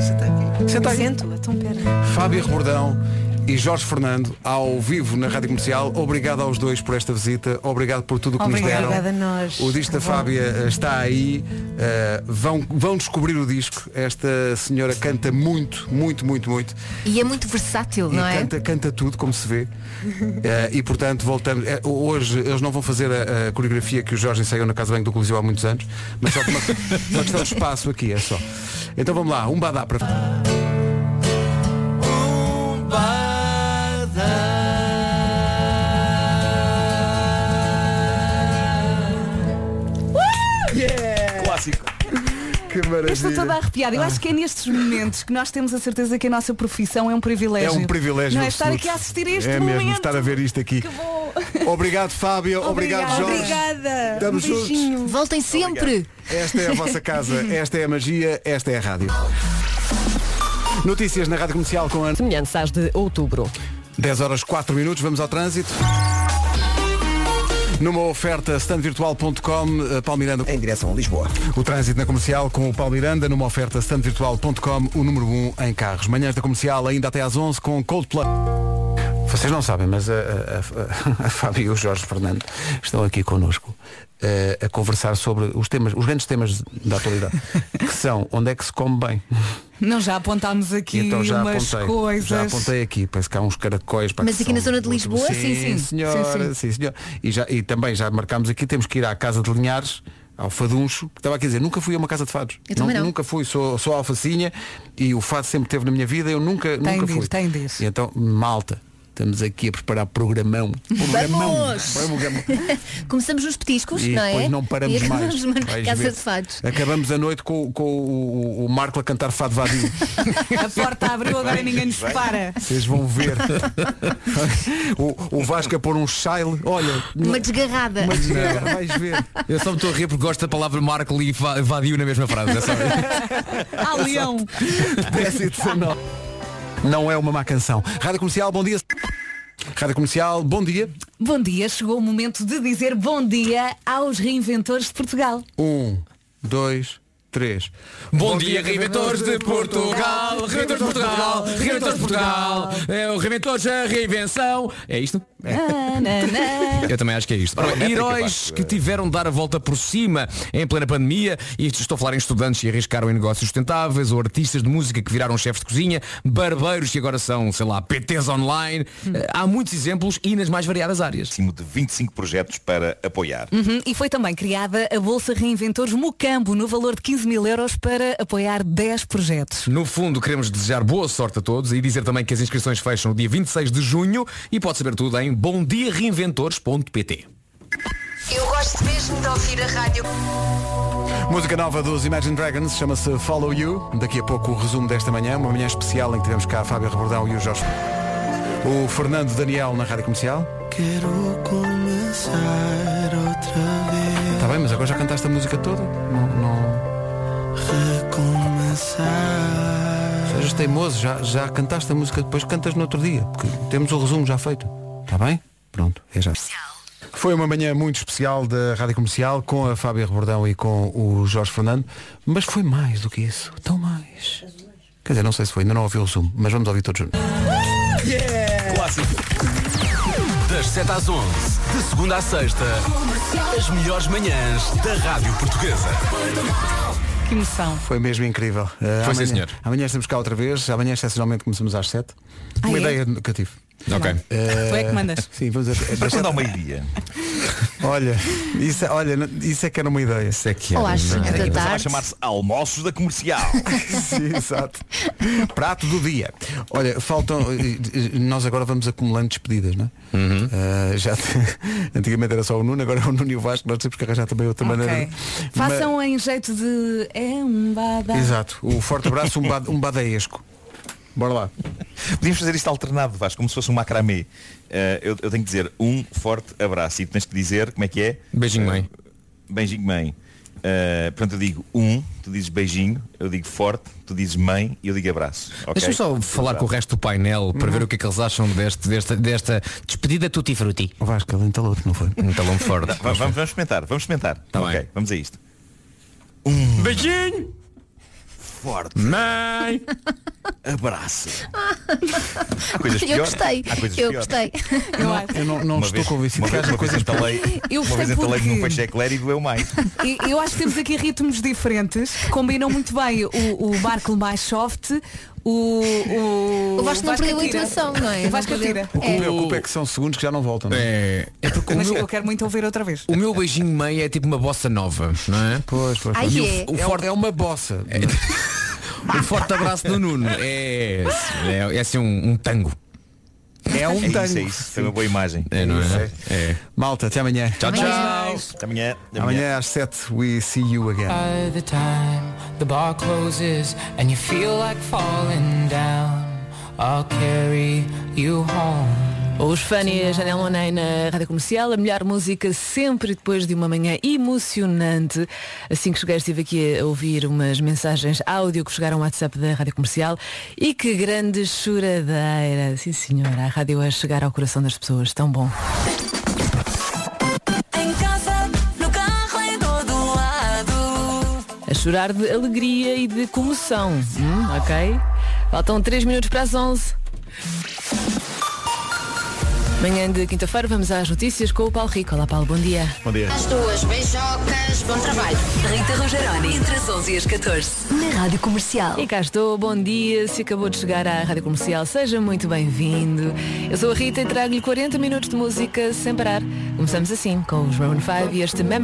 S2: Senta aqui. Senta aí.
S20: Sento, então pera.
S2: Fábio Rebordão e Jorge Fernando ao vivo na Rádio Comercial. Obrigado aos dois por esta visita. Obrigado por tudo o que
S20: Obrigada.
S2: nos
S20: Obrigada a
S2: deram.
S20: nós.
S2: O disco da
S20: Que
S2: Fábia eh, está aí. Eh, vão, vão descobrir o disco. Esta senhora canta muito, muito, muito, muito.
S4: E é muito versátil,
S2: E
S4: não é?
S2: canta, canta tudo, como se vê. Eh, e portanto, voltamos. eh, hoje eles não vão fazer a, a coreografia que o Jorge ensaiou na Casa Banco do Coliseu há muitos anos, mas só por uma, uma questão de espaço aqui, é só. Então vamos lá, um badá para.
S12: Clássico.
S2: Que
S1: Eu
S2: maravilha.
S1: estou toda arrepiada. Eu acho que é nestes momentos que nós temos a certeza que a nossa profissão é um privilégio.
S2: É um privilégio.
S1: Não é estar
S2: absoluto.
S1: aqui a assistir a este
S2: É
S1: momento.
S2: mesmo, estar a ver isto aqui. Obrigado, Fábio. Obrigado, Jorge.
S4: Obrigada.
S2: Estamos Um beijinho.
S4: Voltem sempre.
S2: Esta é a vossa casa, esta é a magia, esta é a rádio. Notícias na Rádio Comercial com a
S7: Semelhanças de outubro.
S2: 10 horas 4 minutos, vamos ao trânsito. Numa oferta standvirtual.com, eh, Paulo Miranda. Em direção a Lisboa. O trânsito na comercial com o Paulo Miranda, numa oferta standvirtual.com, o número 1 em carros. Manhãs da comercial, ainda até às 11 com Coldplay. Vocês não sabem, mas a, a, a- a Fábio e o Jorge Fernando estão aqui connosco eh, a conversar sobre os temas, os grandes temas da atualidade, que são onde é que se come bem.
S1: Não, já apontámos aqui
S2: então já
S1: umas
S2: apontei,
S1: coisas.
S2: já apontei aqui, parece que há uns caracóis para
S4: Mas aqui na zona de Lisboa, sim, sim.
S2: senhora,
S4: Sim, sim.
S2: sim, senhor. E, já, e também já marcámos aqui, temos que ir à casa de Linhares, ao Faduncho, que estava aqui a dizer, nunca fui a uma casa de fados.
S1: Eu também
S2: Nu-
S1: não.
S2: Nunca fui, sou, sou alfacinha e o fado sempre teve na minha vida, eu nunca,
S1: Tem
S2: nunca
S1: de ir,
S2: fui.
S1: tem de ir.
S2: E então, malta, estamos aqui a preparar programão. Programão.
S4: Vamos!
S2: programão.
S4: Começamos nos petiscos,
S2: E
S4: não é?
S2: depois não paramos
S4: e
S2: mais.
S4: acabamos na
S2: Vais
S4: Casa
S2: ver.
S4: de fados.
S2: Acabamos a noite com, com o, o- o Marco a cantar fado vadio.
S1: A porta abriu, agora ninguém nos para.
S2: Vocês vão ver. o, o Vasco a pôr um chile. Olha.
S4: Uma desgarrada.
S2: Uma desgarrada, vais ver.
S10: Eu só me estou a rir porque gosto da palavra Marco e va- vadio na mesma frase. É só...
S1: Ah, leão.
S2: 10 e 19. Não é uma má canção. Rádio Comercial, bom dia. Rádio Comercial, bom dia.
S1: Bom dia, chegou o momento de dizer bom dia aos reinventores de Portugal.
S2: Um, dois, três.
S10: Bom, dia, Reinventores de Portugal, Reinventores de Portugal, Reinventores de Portugal. É o Reinventores, a reinvenção. É isto? Eu também acho que é isto. Ora bem,
S1: Métrica,
S10: heróis que tiveram de dar a volta por cima em plena pandemia, e isto estou a falar em estudantes que arriscaram em negócios sustentáveis, ou artistas de música que viraram chefes de cozinha, barbeiros que agora são, sei lá, PTs online. Eh, Há muitos exemplos e nas mais variadas áreas.
S12: Cimo Hum. de 25 projetos para apoiar.
S1: Uhum, E foi também criada a Bolsa Reinventores Mocambo, no valor de 15 9 mil euros para apoiar 10 projetos.
S10: No fundo, queremos desejar boa sorte a todos e dizer também que as inscrições fecham no dia 26 de junho e pode saber tudo em bomdiareinventores.pt.
S15: Eu gosto mesmo de ouvir a rádio.
S2: Música nova dos Imagine Dragons chama-se Follow You. Daqui a pouco o resumo desta manhã, uma manhã especial em que tivemos cá a Fábio Rebordão e o Jorge. O Fernando Daniel na rádio comercial.
S17: Quero começar outra vez.
S2: Está Tá bem, mas agora já cantaste a música toda? Não. não... Sejas teimoso, já, já cantaste a música, depois cantas no outro dia, porque temos o resumo já feito. Está bem? Pronto, é já. Foi uma manhã muito especial da Rádio Comercial com a Fábia Rebordão e com o Jorge Fernando, mas foi mais do que isso, tão mais. Quer dizer, não sei se foi, ainda não ouvi o resumo, mas vamos ouvir todos juntos.
S21: Clássico. Das 7 às 11, de segunda à sexta, as melhores manhãs da Rádio Portuguesa.
S1: Que emoção.
S2: Foi mesmo incrível. Uh,
S10: Foi,
S2: amanhã,
S10: sim, senhor.
S2: Amanhã estamos cá outra vez, amanhã excepcionalmente começamos às 7.
S1: Ah,
S2: uma
S1: é?
S2: ideia que eu tive.
S10: Ok.
S2: Eh,
S1: Tu é que mandas.
S2: Sim, vamos a,
S12: Para quando ao meio-dia?
S2: Olha, isso, olha, não- isso é que era uma ideia. Isso é que
S12: era Ou às
S2: uma
S12: uma cinco da
S2: ideia.
S12: ideia. tarde. Vai chamar-se Almoços da Comercial.
S2: Sim, exato. Prato do dia. Olha, faltam. eh, eh, Nós agora vamos acumulando despedidas, não é?
S12: Uhum.
S2: Eh, já Antigamente era só o Nuno, agora é o Nuno e o Vasco, nós temos que arranjar também outra maneira.
S1: Ok.
S2: de-
S1: Façam em jeito de. É um badá.
S2: Mas- Exato. O forte abraço, um, bad, um badaesco. Bora lá.
S12: Podíamos fazer isto alternado, Vasco, como se fosse um macramê. Eh, eu, eu tenho que dizer um forte abraço e tu tens que dizer como é que é?
S10: Beijinho, mãe.
S12: beijinho, mãe. Eh, portanto, eu digo um, tu dizes beijinho, eu digo forte, tu dizes mãe e eu digo abraço. ok? Uhum.
S10: Deixa-me só falar com o resto do painel para ver o que é que eles acham deste, desta, desta despedida tutti frutti.
S2: O Vasco, ele entalou não foi?
S10: Entalou-me
S12: Não,
S10: forte.
S12: va- vamos, vamos experimentar, vamos experimentar. ok, vamos a isto. Um.
S10: Beijinho!
S12: Forte.
S10: Mãe!
S12: Abraço. coisas
S4: Ah, Eu
S12: piores.
S4: gostei.
S12: Há coisas
S4: Eu
S12: piores.
S4: gostei.
S2: Eu não, não
S12: Uma
S2: estou
S12: vez-
S2: convencido
S12: uma
S2: que
S12: vez-
S2: haja
S12: uma vez
S2: coisas
S12: entalei-
S1: Eu
S12: Uma vez
S1: gostei
S12: entalei-me num
S1: porque-
S12: peixe eclair e doeu mais.
S1: E- Eu acho que temos aqui ritmos diferentes. Combinam muito bem o, o Barco mais soft, o. O,
S4: O Vasco não perdeu a
S1: atira.
S4: intuação, não é?
S1: O Vasco
S4: Não perdeu.
S1: tira.
S2: O que me preocupa é que são segundos que já não voltam.
S10: É, é porque o
S1: Mas
S10: meu,
S1: eu quero muito ouvir outra vez.
S10: o meu beijinho mãe é tipo uma bossa nova, não é?
S2: Pois, pois.
S1: Ai,
S10: E o-
S1: é.
S10: o forte É.
S2: é uma bossa.
S10: O forte abraço do Nuno. É, é, é assim um, um tango.
S2: É um
S12: É isso, é
S2: tango.
S12: isso. Foi uma boa imagem.
S10: É, não é?
S2: Isso
S10: É.
S2: Malta, até amanhã.
S10: Tchau, tchau. Amanhã.
S12: Até amanhã. Até
S2: Amanhã às 7, we see you again.
S22: By the time the bar closes and you feel like falling down, I'll carry you home.
S7: Os Fanny e a Janela Monáe na Rádio Comercial, a melhor música sempre depois de uma manhã emocionante. Assim que cheguei estive aqui a ouvir umas mensagens áudio que chegaram ao WhatsApp da Rádio Comercial e que grande choradeira. Sim senhora, a rádio a chegar ao coração das pessoas, tão bom.
S17: Em casa, no carro, em todo lado.
S7: A chorar de alegria e de comoção, Hum, ok? Faltam 3 minutos para as 11. Manhã de quinta-feira vamos às notícias com o Paulo Rico. Olá Paulo, bom dia.
S12: Bom dia.
S15: As duas beijocas, bom trabalho. Rita Rogeroni, entre as 11 e as 14.
S7: na Rádio Comercial. E cá estou, bom dia. Se acabou de chegar à Rádio Comercial, seja muito bem-vindo. Eu sou a Rita e trago-lhe 40 minutos de música sem parar. Começamos assim, com os Roman 5 e este Memory.